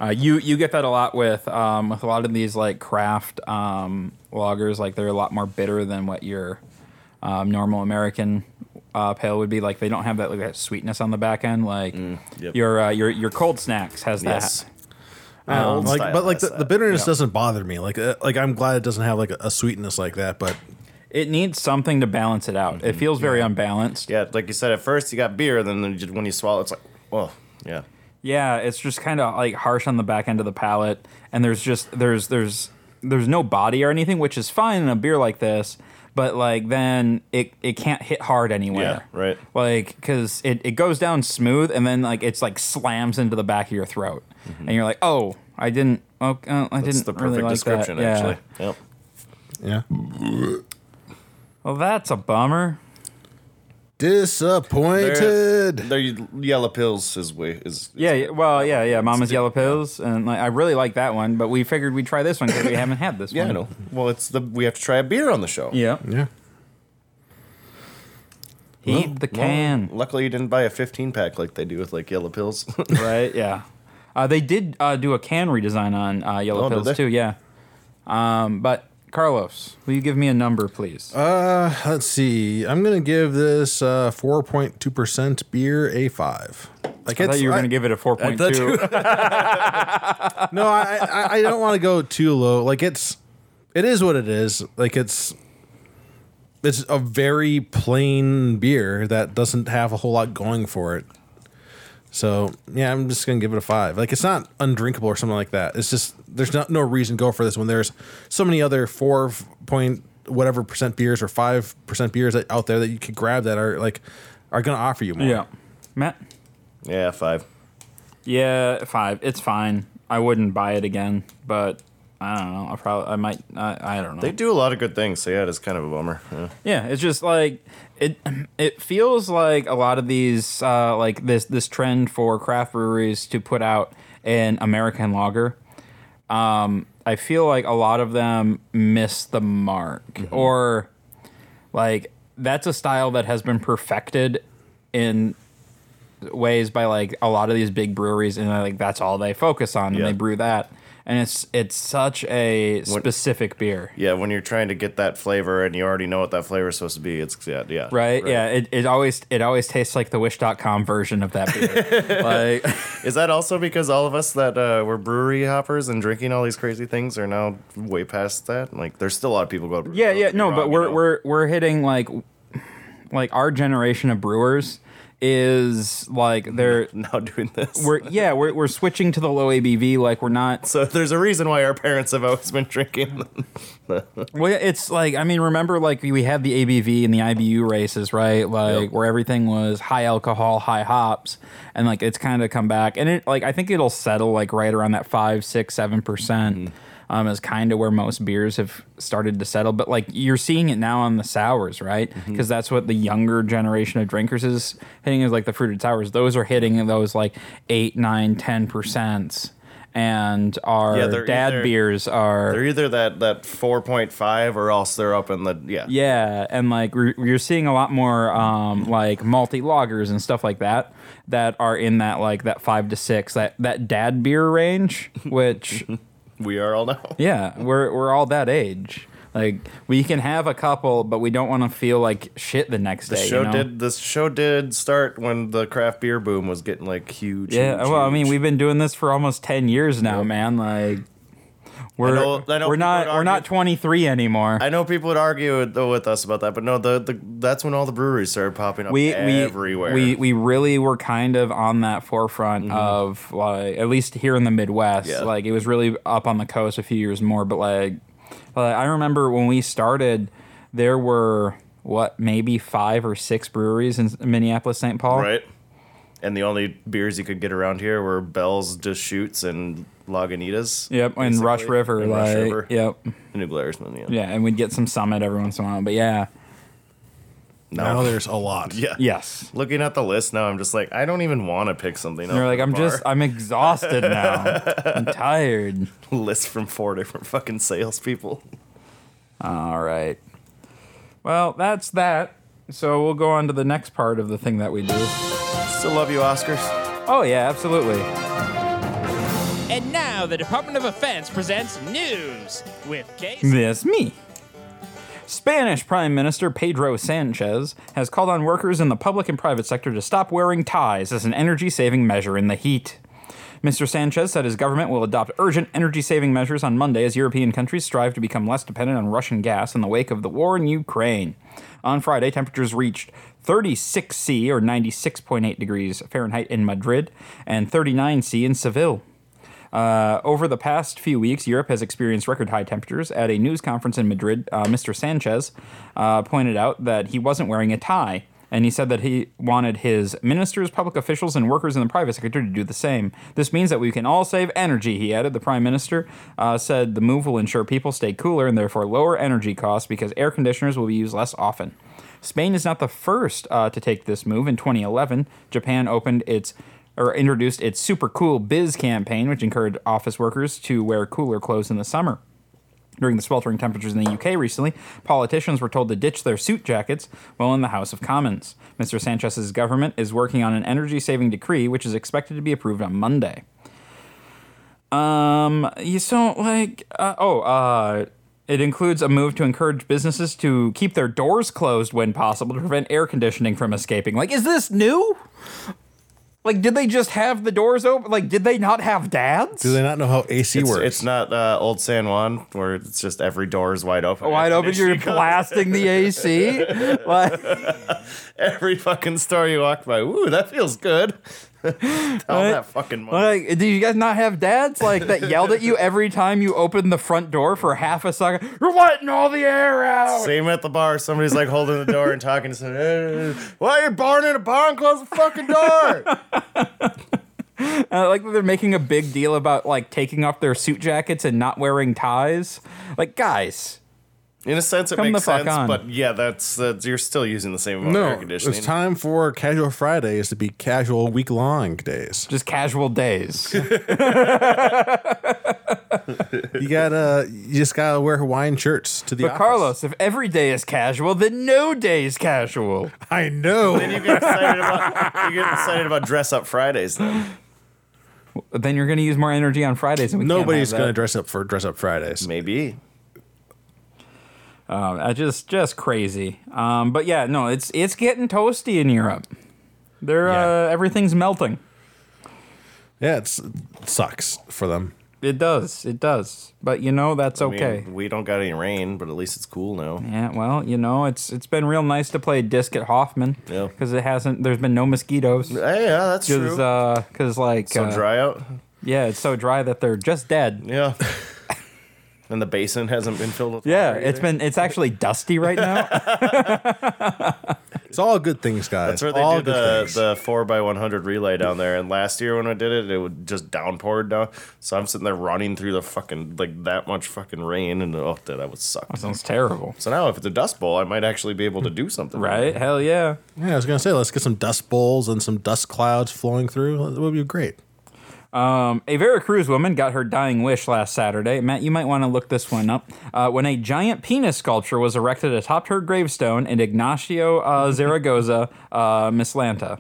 Speaker 2: Uh, you you get that a lot with um, with a lot of these like craft um, lagers. Like they're a lot more bitter than what your um, normal American uh, pale would be. Like they don't have that like that sweetness on the back end. Like
Speaker 4: Mm, yep.
Speaker 2: your uh, your your cold snacks has that.
Speaker 4: Yes.
Speaker 3: Um,
Speaker 4: old
Speaker 3: like,
Speaker 4: style
Speaker 3: but like
Speaker 4: has
Speaker 3: the,
Speaker 4: that.
Speaker 3: the bitterness
Speaker 2: Yeah.
Speaker 3: doesn't bother me. Like, uh, like I'm glad it doesn't have like a, a sweetness like that. But
Speaker 2: It needs something to balance it out. It feels very unbalanced.
Speaker 4: Mm-hmm. Yeah, like you said, at first you got beer, then you just- when you swallow, it's like, well, yeah.
Speaker 2: Yeah, it's just kind of like harsh on the back end of the palate, and there's just there's there's there's no body or anything, which is fine in a beer like this. But like then it it can't hit hard anywhere.
Speaker 4: Yeah, right.
Speaker 2: Like because it it goes down smooth, and then like it's like slams into the back of your throat, and you're like, oh, I didn't. Oh, uh, I didn't
Speaker 4: It's Mm-hmm. the perfect
Speaker 2: really like
Speaker 4: description,
Speaker 2: that. Yeah.
Speaker 4: actually. Yep.
Speaker 3: yeah,
Speaker 2: Well, that's a bummer.
Speaker 3: disappointed.
Speaker 4: Their yellow pills is way is
Speaker 2: Yeah, yeah. Well, yeah, yeah. Mama's yellow pills, and like I really like that one, but we figured we'd try this one because we haven't had this
Speaker 4: yeah.
Speaker 2: one.
Speaker 4: I know. Well, it's the we have to try a beer on the show.
Speaker 2: Yeah.
Speaker 3: yeah.
Speaker 2: Eat the
Speaker 4: Well,
Speaker 2: can.
Speaker 4: luckily, you didn't buy a 15 pack like they do with like yellow pills.
Speaker 2: right? Yeah. Uh, they did uh, do a can redesign on uh, Yellow
Speaker 4: Oh, did
Speaker 2: Pills
Speaker 4: they?
Speaker 2: too. Yeah. Um, but Carlos, will you give me a number, please?
Speaker 3: Uh, let's see. I'm gonna give this uh 4.2 percent beer a five. Like
Speaker 2: I thought you were going to give it a four point two.
Speaker 3: No, I I, I don't want to go too low. Like it's, it is what it is. Like it's, it's a very plain beer that doesn't have a whole lot going for it. So yeah, I'm just gonna give it a five. Like it's not undrinkable or something like that. It's just there's not no reason to go for this when there's so many other four f- point whatever percent beers or five percent beers that, out there that you could grab that are like are gonna offer you more.
Speaker 2: yeah. Matt.
Speaker 4: yeah, five.
Speaker 2: Yeah, five. It's fine. I wouldn't buy it again, but I don't know. I probably I might. I, I don't know.
Speaker 4: They do a lot of good things, so yeah, it's kind of a bummer. Yeah.
Speaker 2: Yeah, it's just like it. It feels like a lot of these, uh, like this this trend for craft breweries to put out an American lager. Um, I feel like a lot of them miss the mark, or like that's a style that has been perfected in ways by like a lot of these big breweries, and like that's all they focus on, and
Speaker 4: Yeah.
Speaker 2: they brew that. And it's it's such a specific beer.
Speaker 4: Yeah, when you're trying to get that flavor and you already know what that flavor is supposed to be, it's yeah, yeah.
Speaker 2: Right, yeah, it, it always it always tastes like the wish.com version of that beer. like
Speaker 4: Is that also because all of us that uh, were brewery hoppers and drinking all these crazy things are now way past that? Like, there's still a lot of people going.
Speaker 2: Yeah, yeah, no, but we're we're we're hitting like like our generation of brewers is like they're
Speaker 4: now doing this.
Speaker 2: we're yeah, we're we're switching to the low ABV like we're not
Speaker 4: so there's a reason why our parents have always been drinking.
Speaker 2: Well, yeah, it's like I mean, remember like we had the ABV and the IBU races, right? Like
Speaker 4: Yep.
Speaker 2: where everything was high alcohol, high hops, and
Speaker 4: Mm-hmm.
Speaker 2: like it's kind of come back, and it like I think it'll settle like right around that five, six, seven percent. um, is kind of where most beers have started to settle. But like you're seeing it now on the sours, right? Because
Speaker 4: Mm-hmm.
Speaker 2: that's what the younger generation of drinkers is hitting is like the fruited sours. Those are hitting those like eight, nine, ten percent. And our
Speaker 4: Yeah, they're
Speaker 2: dad
Speaker 4: either-
Speaker 2: beers are
Speaker 4: They're either that that four point five or else they're up in the yeah.
Speaker 2: yeah, and like we're- you're seeing a lot more um, like multi loggers and stuff like that that are in that like that five to six that that dad beer range, which
Speaker 4: We are all now.
Speaker 2: yeah, we're we're all that age. Like we can have a couple, but we don't want to feel like shit the next
Speaker 4: The
Speaker 2: day. you
Speaker 4: show
Speaker 2: know?
Speaker 4: did this show did start when the craft beer boom was getting like huge.
Speaker 2: Yeah,
Speaker 4: huge,
Speaker 2: well, I mean,
Speaker 4: huge.
Speaker 2: we've been doing this for almost ten years now, man. Like. We're,
Speaker 4: know- I know
Speaker 2: we're
Speaker 4: people
Speaker 2: not
Speaker 4: would
Speaker 2: we're not
Speaker 4: argue-
Speaker 2: 23 anymore.
Speaker 4: I know people would argue with, with us about that, but no, the, the that's when all the breweries started popping up
Speaker 2: we
Speaker 4: everywhere. Mm-hmm.
Speaker 2: We, we really were kind of on that forefront of like at least here in the Midwest.
Speaker 4: Yeah.
Speaker 2: Like it was really up on the coast a few years more, but like, like, I remember when we started, there were what maybe five or six breweries in Minneapolis, St. Paul.
Speaker 4: right? And the only beers you could get around here were Bell's, Deschutes, and Lagunitas.
Speaker 2: Yep, and
Speaker 4: basically.
Speaker 2: Rush River.
Speaker 4: And
Speaker 2: like,
Speaker 4: Rush River.
Speaker 2: Yep.
Speaker 4: And New Blairsman, yeah.
Speaker 2: Yeah, and we'd get some Summit every once in a while, but yeah.
Speaker 3: Now there's a lot.
Speaker 4: Yeah.
Speaker 2: Yes.
Speaker 4: Looking at the list now, I'm just like, I don't even want to pick something up.
Speaker 2: And they're like, I'm just, I'm exhausted now. I'm tired.
Speaker 4: list from four different fucking salespeople.
Speaker 2: All right. Well, that's that. So we'll go on to the next part of the thing that we do.
Speaker 4: Still love you, Oscars.
Speaker 2: Oh, yeah, absolutely.
Speaker 5: And now the Department of Defense presents news with Case.
Speaker 2: This me. Spanish Prime Minister Pedro Sanchez has called on workers in the public and private sector to stop wearing ties as an energy saving measure in the heat. Mr. Sanchez said his government will adopt urgent energy saving measures on Monday as European countries strive to become less dependent on Russian gas in the wake of the war in Ukraine. On Friday, temperatures reached 36 C or 96.8 degrees Fahrenheit in Madrid and 39 C in Seville. Uh, over the past few weeks, Europe has experienced record high temperatures. At a news conference in Madrid, uh, Mr. Sanchez uh, pointed out that he wasn't wearing a tie. And he said that he wanted his ministers, public officials, and workers in the private sector to do the same. This means that we can all save energy, he added. The prime minister uh, said the move will ensure people stay cooler and therefore lower energy costs because air conditioners will be used less often. Spain is not the first uh, to take this move. In 2011, Japan opened its or introduced its Super Cool Biz campaign, which encouraged office workers to wear cooler clothes in the summer. During the sweltering temperatures in the UK recently, politicians were told to ditch their suit jackets while in the House of Commons. Mr. Sanchez's government is working on an energy saving decree, which is expected to be approved on Monday. Um, you so like, uh, oh, uh, it includes a move to encourage businesses to keep their doors closed when possible to prevent air conditioning from escaping. Like, is this new? Like, did they just have the doors open? Like, did they not have dads?
Speaker 3: Do they not know how AC
Speaker 4: It's,
Speaker 3: works?
Speaker 4: it's not uh, old San Juan where it's just every door is wide open.
Speaker 2: Wide open, you're blasting the AC. like,
Speaker 4: Every fucking store you walk by, ooh, that feels good. All that fucking money.
Speaker 2: Like, do you guys not have dads like that yelled at you every time you opened the front door for half a second? You're letting all the air out.
Speaker 4: Same at the bar. Somebody's like holding the door and talking to someone. "Hey, Why are you barn in a bar and close the fucking door?
Speaker 2: And I like that they're making a big deal about like taking off their suit jackets and not wearing ties. Like, guys,
Speaker 4: In a sense, it
Speaker 2: Come the
Speaker 4: makes
Speaker 2: fuck
Speaker 4: sense,
Speaker 2: on.
Speaker 4: but yeah, that's, that's you're still using the same amount of air
Speaker 3: no,
Speaker 4: conditioning.
Speaker 3: it's time for casual Fridays to be casual week long days.
Speaker 2: just casual days.
Speaker 3: You gotta, you just gotta wear Hawaiian shirts to the
Speaker 2: But
Speaker 3: office.
Speaker 2: Carlos, if every day is casual, then no day is casual.
Speaker 3: I know.
Speaker 4: You get excited about you get excited about dress up Fridays then.
Speaker 2: Then you're going to use more energy on Fridays, and we can't have
Speaker 3: Nobody's
Speaker 2: that.
Speaker 3: gonna dress up for dress up Fridays.
Speaker 4: Maybe.
Speaker 2: Um, I just just crazy. Um, but yeah, no, it's it's getting toasty in Europe. They're
Speaker 3: Yeah.
Speaker 2: uh, everything's melting.
Speaker 3: Yeah, it's, it sucks for them.
Speaker 2: It does. It does. But you know that's
Speaker 4: I mean,
Speaker 2: okay.
Speaker 4: we don't got any rain, but at least it's cool now.
Speaker 2: yeah, well, you know, it's it's been real nice to play disc at Hoffman
Speaker 4: Yeah.
Speaker 2: because it hasn't. There's been no mosquitoes
Speaker 4: Hey, yeah, that's
Speaker 2: because
Speaker 4: true.
Speaker 2: like
Speaker 4: so
Speaker 2: uh,
Speaker 4: dry out.
Speaker 2: yeah, it's so dry that they're just dead.
Speaker 4: Yeah. and the basin hasn't been filled with
Speaker 2: Yeah,
Speaker 4: water
Speaker 2: it's
Speaker 4: either.
Speaker 2: been it's actually dusty right now.
Speaker 3: It's all good things, guys.
Speaker 4: That's where they
Speaker 3: all
Speaker 4: did
Speaker 3: good
Speaker 4: the,
Speaker 3: things.
Speaker 4: the four by one hundred relay down there. And last year when I did it, it would just downpoured down. So I'm sitting there running through the fucking like that much fucking rain, and oh, that that would suck.
Speaker 2: Sounds terrible.
Speaker 4: So now if it's a dust bowl, I might actually be able to do something.
Speaker 2: Right? Hell yeah.
Speaker 3: yeah, I was gonna say let's get some dust bowls and some dust clouds flowing through. That would be great.
Speaker 2: A Veracruz woman got her dying wish last Saturday. Matt, you might want to look this one up. Uh, when a giant penis sculpture was erected atop her gravestone in Ignacio uh, Zaragoza, uh, Mislanta.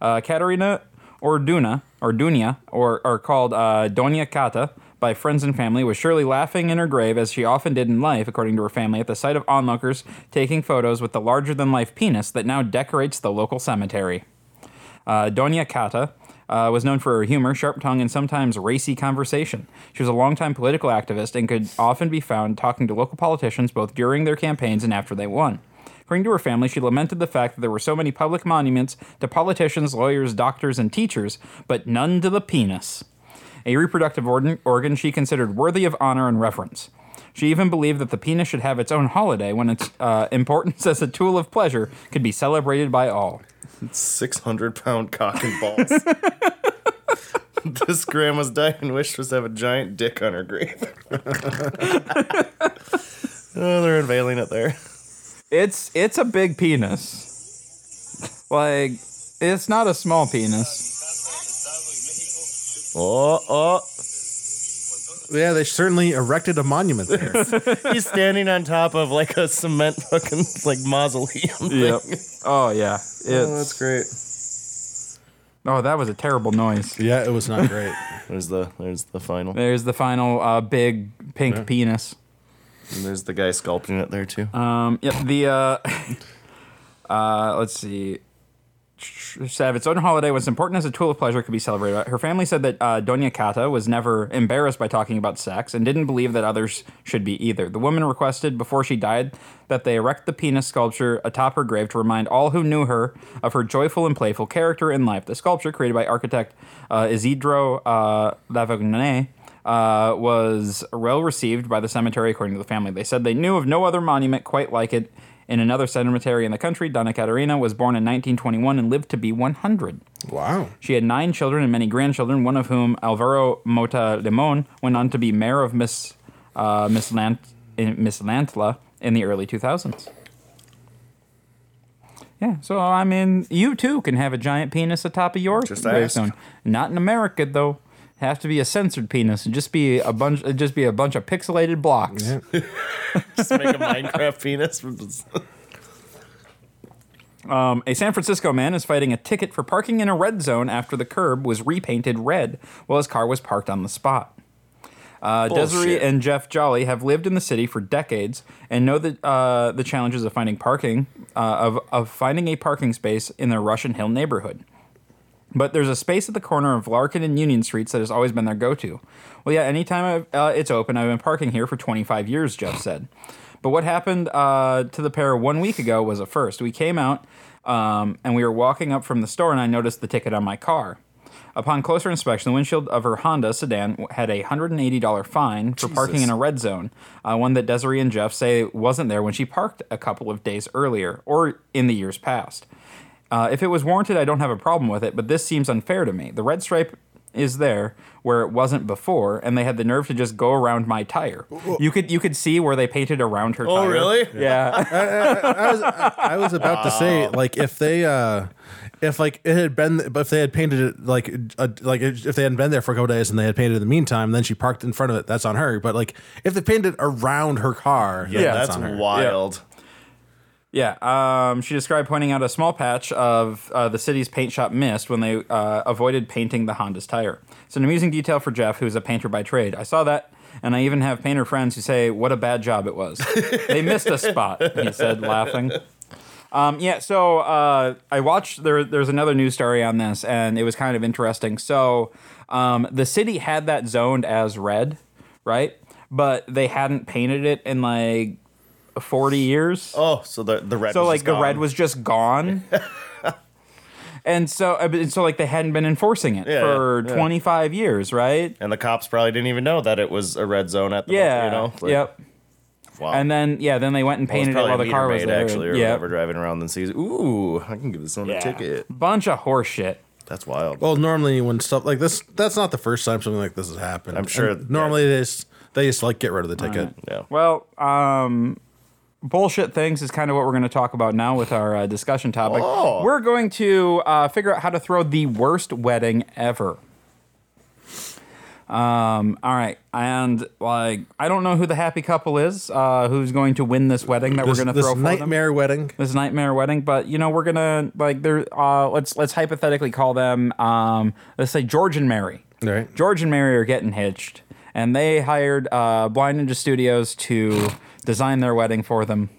Speaker 2: Uh, Katerina Orduna, Ordunia, or, or called uh, Doña Cata by friends and family, was surely laughing in her grave as she often did in life, according to her family, at the sight of onlookers taking photos with the larger than life penis that now decorates the local cemetery. Uh, Doña Cata uh, was known for her humor, sharp tongue, and sometimes racy conversation. She was a longtime political activist and could often be found talking to local politicians both during their campaigns and after they won. According to her family, she lamented the fact that there were so many public monuments to politicians, lawyers, doctors, and teachers, but none to the penis a reproductive organ, organ she considered worthy of honor and reverence. She even believed that the penis should have its own holiday when its uh, importance as a tool of pleasure could be celebrated by all.
Speaker 4: Six hundred pound cock and balls. this grandma's dying wish was to have a giant dick on her grave. oh, they're unveiling it there.
Speaker 2: It's it's a big penis. Like it's not a small penis.
Speaker 4: Oh, oh.
Speaker 3: Yeah, they certainly erected a monument there.
Speaker 4: He's standing on top of like a cement fucking like mausoleum.
Speaker 2: Yep. Oh yeah. It's,
Speaker 4: Oh, that's great.
Speaker 2: oh, that was a terrible noise.
Speaker 3: yeah, it was not great.
Speaker 4: There's the there's the final.
Speaker 2: There's the final uh, big pink penis.
Speaker 4: And there's the guy sculpting it there too.
Speaker 2: Um, yep. The uh, uh, let's see. To have its own holiday was important as a tool of pleasure could be celebrated. Her family said that uh, Doña Cata was never embarrassed by talking about sex and didn't believe that others should be either. The woman requested before she died that they erect the penis sculpture atop her grave to remind all who knew her of her joyful and playful character in life. The sculpture, created by architect uh, Isidro uh, Lavagne, uh, was well received by the cemetery, according to the family. They said they knew of no other monument quite like it in another cemetery in the country. Donna Caterina was born in 1921 and lived to be 100.
Speaker 3: wow.
Speaker 2: She had nine children and many grandchildren, one of whom, Alvaro Mota Limon, went on to be mayor of Miss uh, Miss, Lant, in, Miss Lantla in the early 2000s. Yeah, so I mean, you too can have a giant penis atop of yours.
Speaker 4: Just
Speaker 2: gravestone.
Speaker 4: ask.
Speaker 2: Not in America though. Have to be a censored penis and just be a bunch, uh, just be a bunch of pixelated blocks.
Speaker 4: Just make a Minecraft penis.
Speaker 2: Um, a San Francisco man is fighting a ticket for parking in a red zone after the curb was repainted red while his car was parked on the spot. Uh, Desiree
Speaker 4: Bullshit.
Speaker 2: and Jeff Jolly have lived in the city for decades and know the uh, the challenges of finding parking uh, of of finding a parking space in their Russian Hill neighborhood. But there's a space at the corner of Larkin and Union Streets that has always been their go-to. Well, yeah, anytime I've, uh, it's open, I've been parking here for 25 years, Jeff said. But what happened uh, to the pair one week ago was a first. We came out um, and we were walking up from the store, and I noticed the ticket on my car. Upon closer inspection, the windshield of her Honda sedan w- had a $180 fine for parking in a red zone, uh, one that Desiree and Jeff say wasn't there when she parked a couple of days earlier or in the years past. Uh, if it was warranted, I don't have a problem with it, but this seems unfair to me. The red stripe is there where it wasn't before, and they had the nerve to just go around my tire. You could you could see where they painted around her tire.
Speaker 4: Oh, really?
Speaker 2: Oh, Yeah.
Speaker 3: I was I, I was about to say
Speaker 4: Oh.
Speaker 3: like if they uh if like it had been but if they had painted it like a, like if they hadn't been there for a couple days and they had painted it in the meantime then she parked in front of it that's on her but like if they painted it around her car then
Speaker 4: Yeah,
Speaker 3: that's,
Speaker 4: that's
Speaker 3: on her
Speaker 4: wild.
Speaker 2: yeah. Um, she described pointing out a small patch of uh, the city's paint shop missed when they uh, avoided painting the Honda's tire. It's an amusing detail for Jeff, who's a painter by trade. I saw that. And I even have painter friends who say, What a bad job it was. they missed a spot, he said, laughing. Um, yeah, so uh, I watched there. There's another news story on this, and it was kind of interesting. So um, the city had that zoned as red, right? But they hadn't painted it in like 40 years.
Speaker 4: Oh, so the the red.
Speaker 2: so
Speaker 4: was
Speaker 2: like
Speaker 4: just
Speaker 2: the
Speaker 4: gone.
Speaker 2: red was just gone. and so uh, but- so like they hadn't been enforcing it
Speaker 4: Yeah,
Speaker 2: for
Speaker 4: yeah, yeah.
Speaker 2: 25 years, right?
Speaker 4: and the cops probably didn't even know that it was a red zone at the
Speaker 2: Yeah.
Speaker 4: you know. Like,
Speaker 2: yep.
Speaker 4: Wow.
Speaker 2: And then yeah, then they went and
Speaker 4: Well, it's
Speaker 2: painted it
Speaker 4: probably
Speaker 2: while the
Speaker 4: meter
Speaker 2: car was
Speaker 4: maid,
Speaker 2: there.
Speaker 4: actually, or
Speaker 2: yeah,
Speaker 4: whatever, driving around and sees, ooh, I can give this one
Speaker 2: yeah. Oh.
Speaker 4: a ticket.
Speaker 2: bunch of horse shit.
Speaker 4: That's wild.
Speaker 3: Well, normally when stuff like this, that's not the first time something like this has happened.
Speaker 4: I'm sure
Speaker 3: And
Speaker 4: that-
Speaker 3: normally they just they just like get rid of the ticket.
Speaker 4: yeah.
Speaker 2: Well, um, bullshit things is kind of what we're going to talk about now with our uh, discussion topic.
Speaker 4: Oh.
Speaker 2: We're going to uh, figure out how to throw the worst wedding ever. Um, all right, and like I don't know who the happy couple is, uh, who's going to win this wedding that
Speaker 3: This,
Speaker 2: we're going to
Speaker 3: this
Speaker 2: throw for them.
Speaker 3: nightmare wedding.
Speaker 2: this nightmare wedding but you know we're gonna like they're uh let's let's hypothetically call them um let's say george and mary
Speaker 3: Right.
Speaker 2: george and mary are getting hitched and they hired uh blind ninja studios to design their wedding for them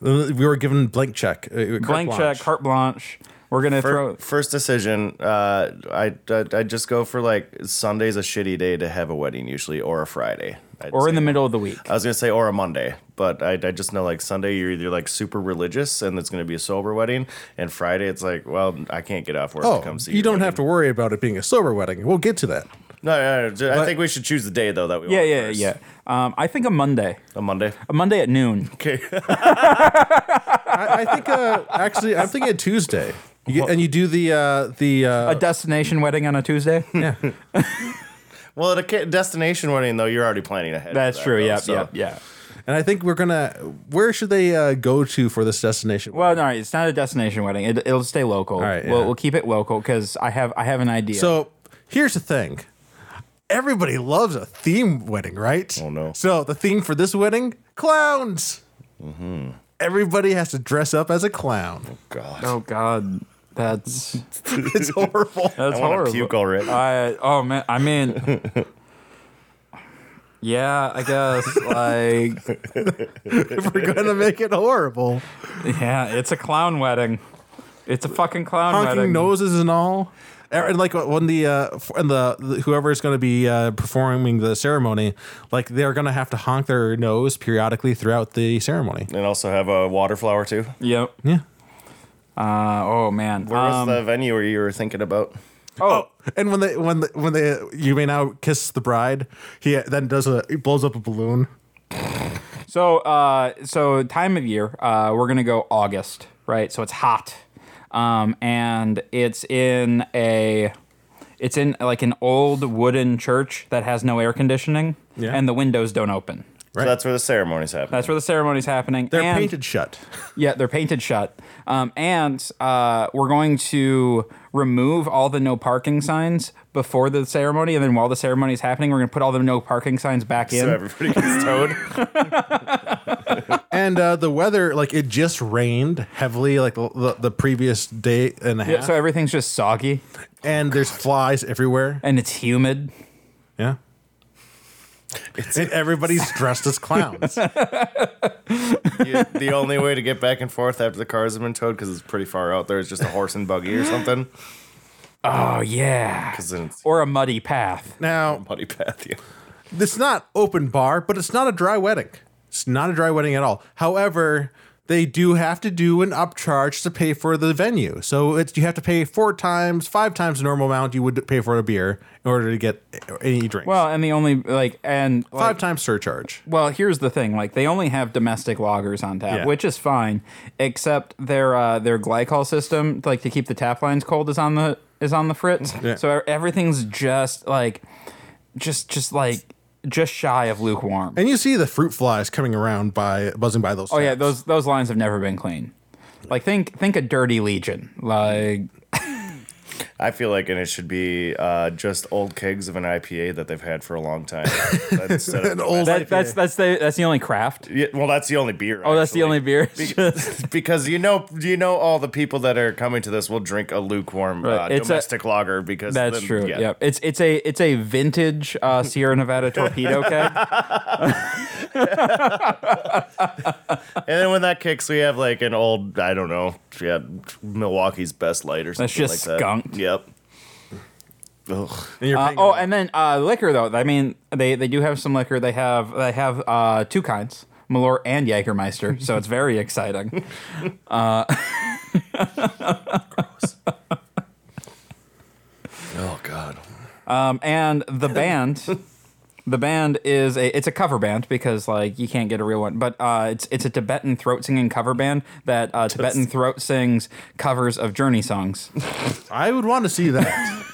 Speaker 3: We were given blank check. uh, carte
Speaker 2: blank
Speaker 3: blanche.
Speaker 2: check carte blanche we're gonna throw
Speaker 4: First, first decision, uh, I, I I just go for like Sunday's a shitty day to have a wedding usually, or a Friday, I'd
Speaker 2: or in
Speaker 4: say.
Speaker 2: the middle of the week
Speaker 4: I was gonna say or a Monday, but I, I just know like Sunday you're either like super religious and it's gonna be a sober wedding, and Friday it's like well I can't get off work
Speaker 3: Oh,
Speaker 4: to come see
Speaker 3: you
Speaker 4: your
Speaker 3: don't
Speaker 4: wedding.
Speaker 3: have to worry about it being a sober wedding. We'll get to that.
Speaker 4: No, no, no, ju- I think we should choose the day though that we
Speaker 2: yeah
Speaker 4: want
Speaker 2: yeah
Speaker 4: first.
Speaker 2: yeah um i think a monday
Speaker 4: a Monday.
Speaker 2: a monday at noon
Speaker 4: Okay,
Speaker 3: I, I think uh, actually, I'm thinking a Tuesday. You get, and you do the uh, the uh,
Speaker 2: a destination wedding on a tuesday
Speaker 4: well at a ca- destination wedding though you're already planning ahead. for
Speaker 2: that's
Speaker 4: that,
Speaker 2: true
Speaker 4: though,
Speaker 2: yeah
Speaker 4: so-
Speaker 2: yeah yeah
Speaker 3: and I think we're gonna. Where should they uh, go to for this destination?
Speaker 2: well, no, it's not a destination wedding. It, it'll stay local. All
Speaker 3: right,
Speaker 2: we'll,
Speaker 3: yeah.
Speaker 2: we'll keep it local because I have I have an idea.
Speaker 3: So here's the thing. Everybody loves a theme wedding, right?
Speaker 4: Oh, no.
Speaker 3: So the theme for this wedding, clowns.
Speaker 4: Mm-hmm.
Speaker 3: Everybody has to dress up as a clown.
Speaker 4: God,
Speaker 2: Oh God, that's
Speaker 3: It's horrible.
Speaker 2: that's
Speaker 4: I want
Speaker 2: horrible.
Speaker 4: to puke already.
Speaker 2: I oh man, I mean, yeah, I guess like
Speaker 3: if we're gonna make it horrible,
Speaker 2: yeah, it's a clown wedding. It's a fucking clown
Speaker 3: honking
Speaker 2: wedding.
Speaker 3: noses and all. Er, And like when the uh, f- and the, the whoever's going to be uh, performing the ceremony, like they're going to have to honk their nose periodically throughout the ceremony.
Speaker 4: and also have a water flower too.
Speaker 2: Yep.
Speaker 3: Yeah.
Speaker 2: Uh, oh man.
Speaker 4: Where was
Speaker 2: Um,
Speaker 4: the venue where you were thinking about?
Speaker 2: oh,
Speaker 3: And when they when the, when they you may now kiss the bride, he then does a he blows up a balloon.
Speaker 2: So, uh, so time of year, uh, we're gonna go August, right? So it's hot, um, and it's in a, it's in like an old wooden church that has no air conditioning,
Speaker 3: Yeah.
Speaker 2: and the windows don't open.
Speaker 3: Right.
Speaker 4: So that's where the ceremonies happen.
Speaker 2: That's where the ceremony's happening.
Speaker 3: They're
Speaker 2: and-
Speaker 3: painted shut.
Speaker 2: Yeah, they're painted shut. Um, and uh, we're going to remove all the no parking signs before the ceremony, and then while the ceremony is happening, we're gonna put all the no parking signs back in.
Speaker 4: so everybody gets towed.
Speaker 3: And uh, the weather, like it just rained heavily, like the, the, the previous day and a half,
Speaker 2: yeah, so everything's just soggy
Speaker 3: and there's flies everywhere.
Speaker 2: and it's humid.
Speaker 3: Yeah. and everybody's dressed as clowns.
Speaker 4: You- the only way to get back and forth after the cars have been towed because it's pretty far out there is just a horse and buggy or something.
Speaker 2: Oh yeah.
Speaker 4: 'Cause then it's
Speaker 2: Or a muddy path.
Speaker 3: now,
Speaker 4: muddy path. Yeah.
Speaker 3: it's not open bar, but it's not a dry wedding. It's not a dry wedding at all. However, they do have to do an upcharge to pay for the venue. So it's you have to pay four times, five times the normal amount you would pay for a beer in order to get any drinks.
Speaker 2: Well, and the only like and
Speaker 3: five
Speaker 2: like,
Speaker 3: times surcharge.
Speaker 2: well, here's the thing: like they only have domestic loggers on tap,
Speaker 3: Yeah.
Speaker 2: which is fine, except their uh, their glycol system, like to keep the tap lines cold, is on the is on the fritz.
Speaker 3: Yeah.
Speaker 2: So e-, everything's just like, just just like just shy of lukewarm.
Speaker 3: And you see the fruit flies coming around by buzzing by those.
Speaker 2: oh yeah, those those lines have never been clean. Like think think a dirty legion, like
Speaker 4: I feel like, and it should be uh, just old kegs of an IPA that they've had for a long time. That's, uh,
Speaker 3: an old.
Speaker 2: that, that's that's the that's the only craft.
Speaker 4: yeah, well, that's the only beer.
Speaker 2: Oh, that's the only beer.
Speaker 4: because you know you know all the people that are coming to this will drink a lukewarm
Speaker 2: Right,
Speaker 4: uh,
Speaker 2: it's a-
Speaker 4: domestic lager because
Speaker 2: That's
Speaker 4: then-
Speaker 2: true. Yeah. It's it's a it's a vintage uh, Sierra Nevada torpedo keg.
Speaker 4: And then when that kicks, we have like an old, I don't know, yeah, Milwaukee's best light or something
Speaker 2: just
Speaker 4: like that.
Speaker 2: skunked.
Speaker 4: Yep. Ugh.
Speaker 3: and you're
Speaker 2: Uh,
Speaker 3: paying-
Speaker 2: oh, and then uh, liquor though. I mean, they they do have some liquor. They have they have uh, two kinds, Malort and Jägermeister. So it's very exciting. Uh,
Speaker 4: Oh God.
Speaker 3: Oh,
Speaker 2: Um, and the band, The band is a it's a cover band because like you can't get a real one, but uh, it's it's a Tibetan throat singing cover band that uh, Tibetan throat sings covers of Journey songs.
Speaker 3: I would want to see that.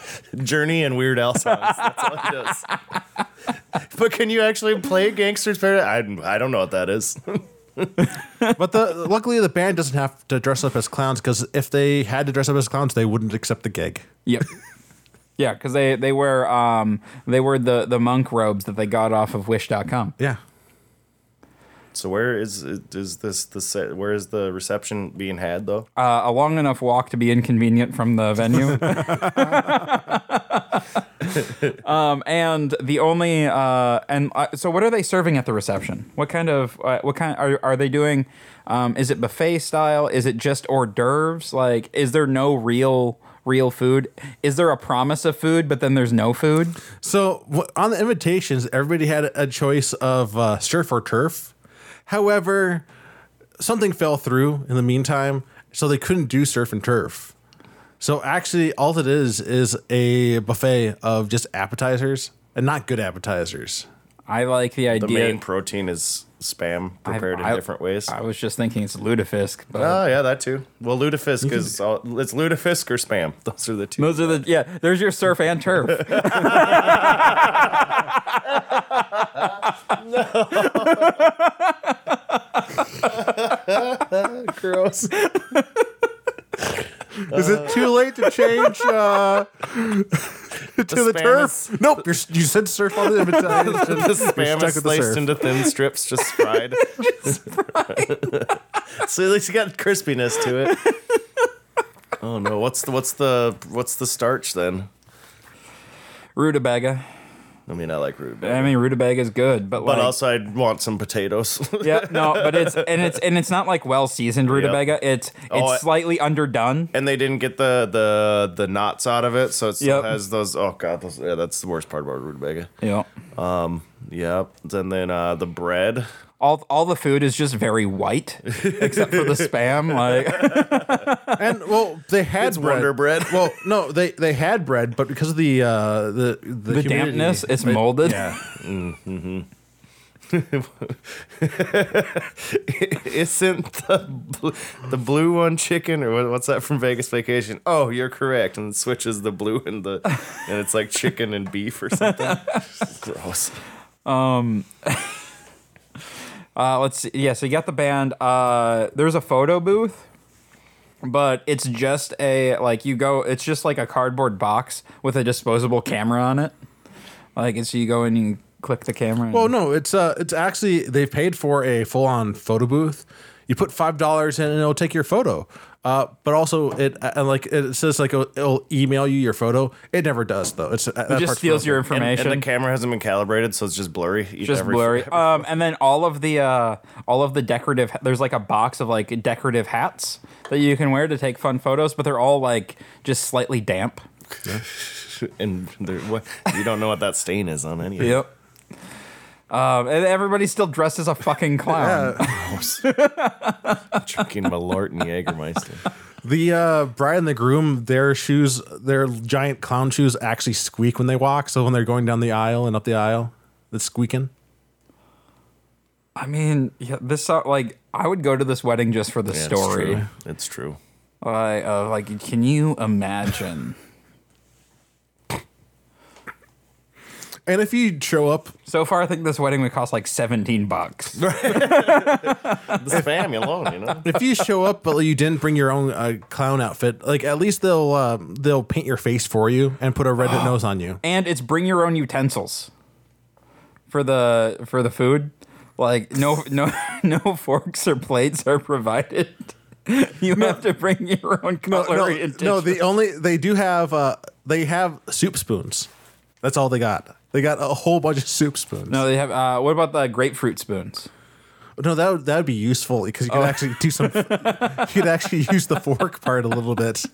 Speaker 4: Journey and Weird Al songs. That's all it does. but can you actually play Gangster's Paradise? I, I don't know what that is.
Speaker 3: but the luckily the band doesn't have to dress up as clowns because if they had to dress up as clowns, they wouldn't accept the gig.
Speaker 2: Yep. yeah, because they they wear um they wear the the monk robes that they got off of Wish.com.
Speaker 3: Yeah.
Speaker 4: so where is is this the set? Where is the reception being had though?
Speaker 2: Uh, a long enough walk to be inconvenient from the venue. um, and the only uh, and uh, so what are they serving at the reception? What kind of uh, what kind are are they doing? Um, is it buffet style? Is it just hors d'oeuvres? Like, is there no real real food? Is there a promise of food, but then there's no food?
Speaker 3: So wh- on the invitations, everybody had a choice of uh, surf or turf. However, something fell through in the meantime, so they couldn't do surf and turf. So actually, all it is is a buffet of just appetizers and not good appetizers.
Speaker 2: I like the idea.
Speaker 4: The main protein is spam prepared in
Speaker 2: I-
Speaker 4: different ways.
Speaker 2: I was just thinking it's lutefisk, but
Speaker 4: oh yeah, that too. Well, lutefisk is all, it's lutefisk or spam. Those are the two.
Speaker 2: those are the yeah. There's your surf and turf.
Speaker 4: Gross.
Speaker 3: Is it too late to change uh, to the,
Speaker 4: spam
Speaker 3: turf? nope, you're, s- you said surf on the invitation.
Speaker 4: the spam
Speaker 3: stuck
Speaker 4: is
Speaker 3: with the
Speaker 4: sliced
Speaker 3: surf.
Speaker 4: into thin strips, just fried. so at least you got crispiness to it. Oh no! What's the what's the what's the starch then?
Speaker 2: rutabaga.
Speaker 4: I mean, I like rhubarb,
Speaker 2: I mean, rutabaga is good, but
Speaker 4: but
Speaker 2: like,
Speaker 4: also I'd want some potatoes.
Speaker 2: yeah, no, but it's and it's and it's not like well seasoned rutabaga. It's it's
Speaker 4: Oh, I-
Speaker 2: slightly underdone.
Speaker 4: and they didn't get the the the knots out of it, so it still
Speaker 2: Yep.
Speaker 4: has those. Oh god, those, yeah, that's the worst part about rutabaga.
Speaker 2: Yeah,
Speaker 4: Yep. And then uh, the bread.
Speaker 2: all all the food is just very white, except for the spam. Like
Speaker 3: and well, they had
Speaker 4: It's
Speaker 3: bread.
Speaker 4: Wonder Bread.
Speaker 3: Well, no, they they had bread, but because of the uh, the the,
Speaker 2: the
Speaker 3: humidity-
Speaker 2: dampness, it's molded.
Speaker 3: Yeah.
Speaker 4: Isn't the bl- the blue one chicken or what- what's that from Vegas Vacation? Oh, you're correct. And it switches the blue and the and it's like chicken and beef or something. Gross.
Speaker 2: Uh, let's see. Yeah, so you got the band. Uh, there's a photo booth, but it's just a like you go. It's just like a cardboard box with a disposable camera on it. Like, and so you go and you click the camera. and-
Speaker 3: Well, no, it's uh, it's actually they paid for a full on photo booth. You put five dollars in, and it'll take your photo. Uh, but also it uh, and like it says like it'll, it'll email you your photo. It never does though. It's uh,
Speaker 2: it
Speaker 3: that
Speaker 2: just
Speaker 3: part's
Speaker 2: steals your
Speaker 4: And,
Speaker 2: information.
Speaker 4: and the camera hasn't been calibrated, so it's just blurry. Eat
Speaker 2: just
Speaker 4: every-
Speaker 2: blurry. Um, and then all of the uh, all of the decorative there's like a box of like decorative hats that you can wear to take fun photos, but they're all like just slightly damp.
Speaker 4: And there- what, you don't know what that stain is on any of it.
Speaker 2: Um, and everybody's still dressed as a fucking clown.
Speaker 4: Drinking Malort and Jägermeister.
Speaker 3: The uh, bride and the groom, their shoes, their giant clown shoes, actually squeak when they walk. So when they're going down the aisle and up the aisle, it's squeaking.
Speaker 2: I mean, yeah, this so- like I would go to this wedding just for the
Speaker 4: Yeah,
Speaker 2: story.
Speaker 4: It's true.
Speaker 2: Like, uh, like, can you imagine?
Speaker 3: And if you show up,
Speaker 2: so far, I think this wedding would cost like seventeen bucks.
Speaker 4: It's true. The family alone, you know.
Speaker 3: if you show up, but you didn't bring your own uh, clown outfit, like at least they'll uh, they'll paint your face for you and put a red nose on you.
Speaker 2: and it's bring your own utensils for the for the food. Like no no no forks or plates are provided. You have to bring your own
Speaker 3: No,
Speaker 2: cutlery
Speaker 3: no,
Speaker 2: and
Speaker 3: no,
Speaker 2: dishes.
Speaker 3: the only they do have uh, they have soup spoons. That's all they got. They got a whole bunch of soup spoons.
Speaker 2: no, they have. Uh, what about the grapefruit spoons?
Speaker 3: No, that would, that would be useful because you
Speaker 2: Oh.
Speaker 3: could actually do some. you could actually use the fork part a little bit.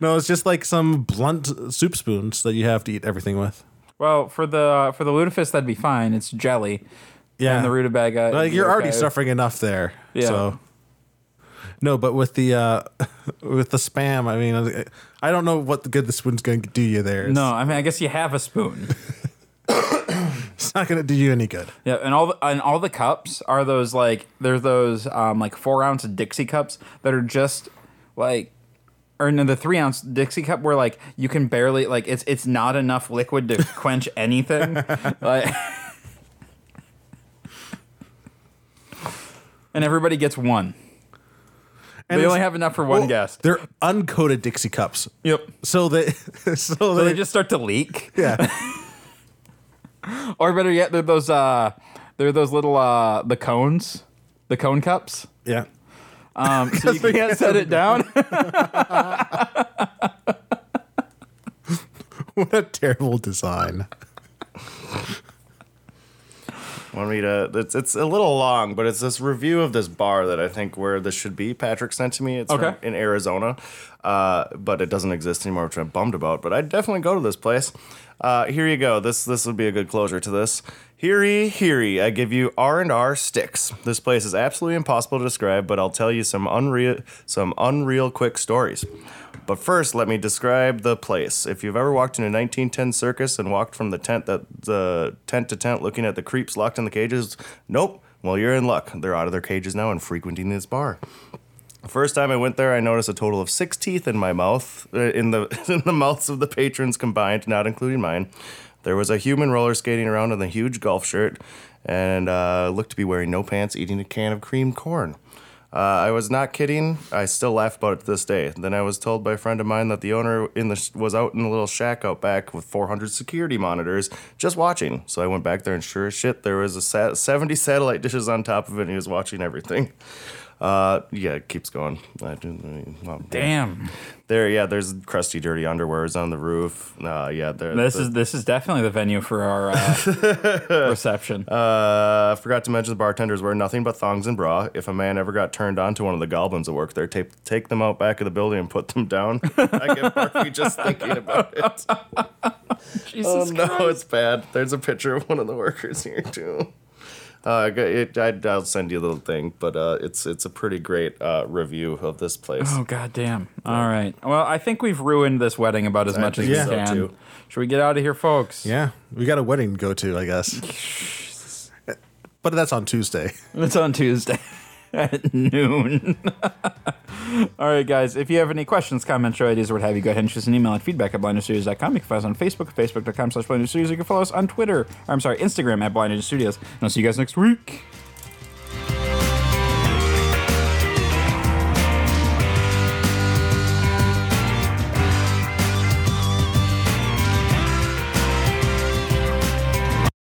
Speaker 3: No, it's just like some blunt soup spoons that you have to eat everything with.
Speaker 2: Well, for the uh, for the lutefisk, that'd be fine. It's jelly.
Speaker 3: Yeah,
Speaker 2: And the rutabaga.
Speaker 3: Like
Speaker 2: is
Speaker 3: you're already
Speaker 2: okay.
Speaker 3: suffering enough there.
Speaker 2: Yeah.
Speaker 3: So. No, but with the uh, with the spam, I mean, I don't know what good the spoon's going to do you there. It's-
Speaker 2: No, I mean, I guess you have a spoon.
Speaker 3: It's not going to do you any good.
Speaker 2: Yeah, and all the, and all the cups are those like they're those um like four ounce Dixie cups that are just like or no the three ounce Dixie cup where like you can barely like it's it's not enough liquid to quench anything. like, and everybody gets one.
Speaker 3: And
Speaker 2: they
Speaker 3: it's-
Speaker 2: only have enough for one
Speaker 3: well,
Speaker 2: guest.
Speaker 3: They're uncoated Dixie cups.
Speaker 2: Yep.
Speaker 3: So they, so,
Speaker 2: So
Speaker 3: they,
Speaker 2: they just start to leak.
Speaker 3: yeah,
Speaker 2: Or better yet, they're those uh they're those little uh the cones. The cone cups.
Speaker 3: yeah.
Speaker 2: Um, so you can't set it down.
Speaker 3: What a terrible design.
Speaker 4: Want me to? It's, it's a little long, but it's this review of this bar that I think where this should be. Patrick sent to me. It's from-
Speaker 2: Okay.
Speaker 4: in Arizona, uh, but it doesn't exist anymore, which I'm bummed about. But I'd definitely go to this place. Uh, here you go. This this would be a good closure to this. Heary, heary, I give you R and R sticks. This place is absolutely impossible to describe, but I'll tell you some unreal some unreal quick stories. But first, let me describe the place. If you've ever walked in a 1910 circus and walked from the tent that the tent to tent, looking at the creeps locked in the cages, nope. Well, you're in luck. They're out of their cages now and frequenting this bar. First time I went there, I noticed a total of six teeth in my mouth, uh, in the in the mouths of the patrons combined, not including mine. There was a human roller skating around in a huge golf shirt, and uh, looked to be wearing no pants, eating a can of creamed corn. Uh, I was not kidding. I still laugh about it to this day. Then I was told by a friend of mine that the owner in the sh- was out in a little shack out back with 400 security monitors just watching. So I went back there, and sure as shit, there was a sat- 70 satellite dishes on top of it, and he was watching everything. Uh, yeah, it keeps going. I didn't, well,
Speaker 2: Damn.
Speaker 4: There, yeah, there's crusty, dirty underwears on the roof. Uh, yeah, there.
Speaker 2: This
Speaker 4: the-
Speaker 2: is this is definitely the venue for our uh, reception.
Speaker 4: Uh, I forgot to mention the bartenders wear nothing but thongs and bra. If a man ever got turned on to one of the goblins that work there, take take them out back of the building and put them down. I get barfy just thinking about it. oh no, it's bad. There's a picture of one of the workers here too. Uh, g- it, I, I'll send you a little thing, but uh, it's it's a pretty great uh, review of this place.
Speaker 2: oh god damn. All right. Well, I think we've ruined this wedding about as much as we
Speaker 4: think so,
Speaker 2: can.
Speaker 4: too.
Speaker 2: Should we get out of here, folks?
Speaker 3: Yeah, we got a wedding to go to, I guess. but that's on Tuesday.
Speaker 2: It's on Tuesday at noon. All right, guys. If you have any questions, comments, or ideas, or what have you, go ahead and shoot us an email at feedback at blinderstudios.com. You can find us on Facebook at facebook.com slash blinderstudios. You can follow us on Twitter. Or, I'm sorry, Instagram at blinderstudios. And I'll see you guys next week.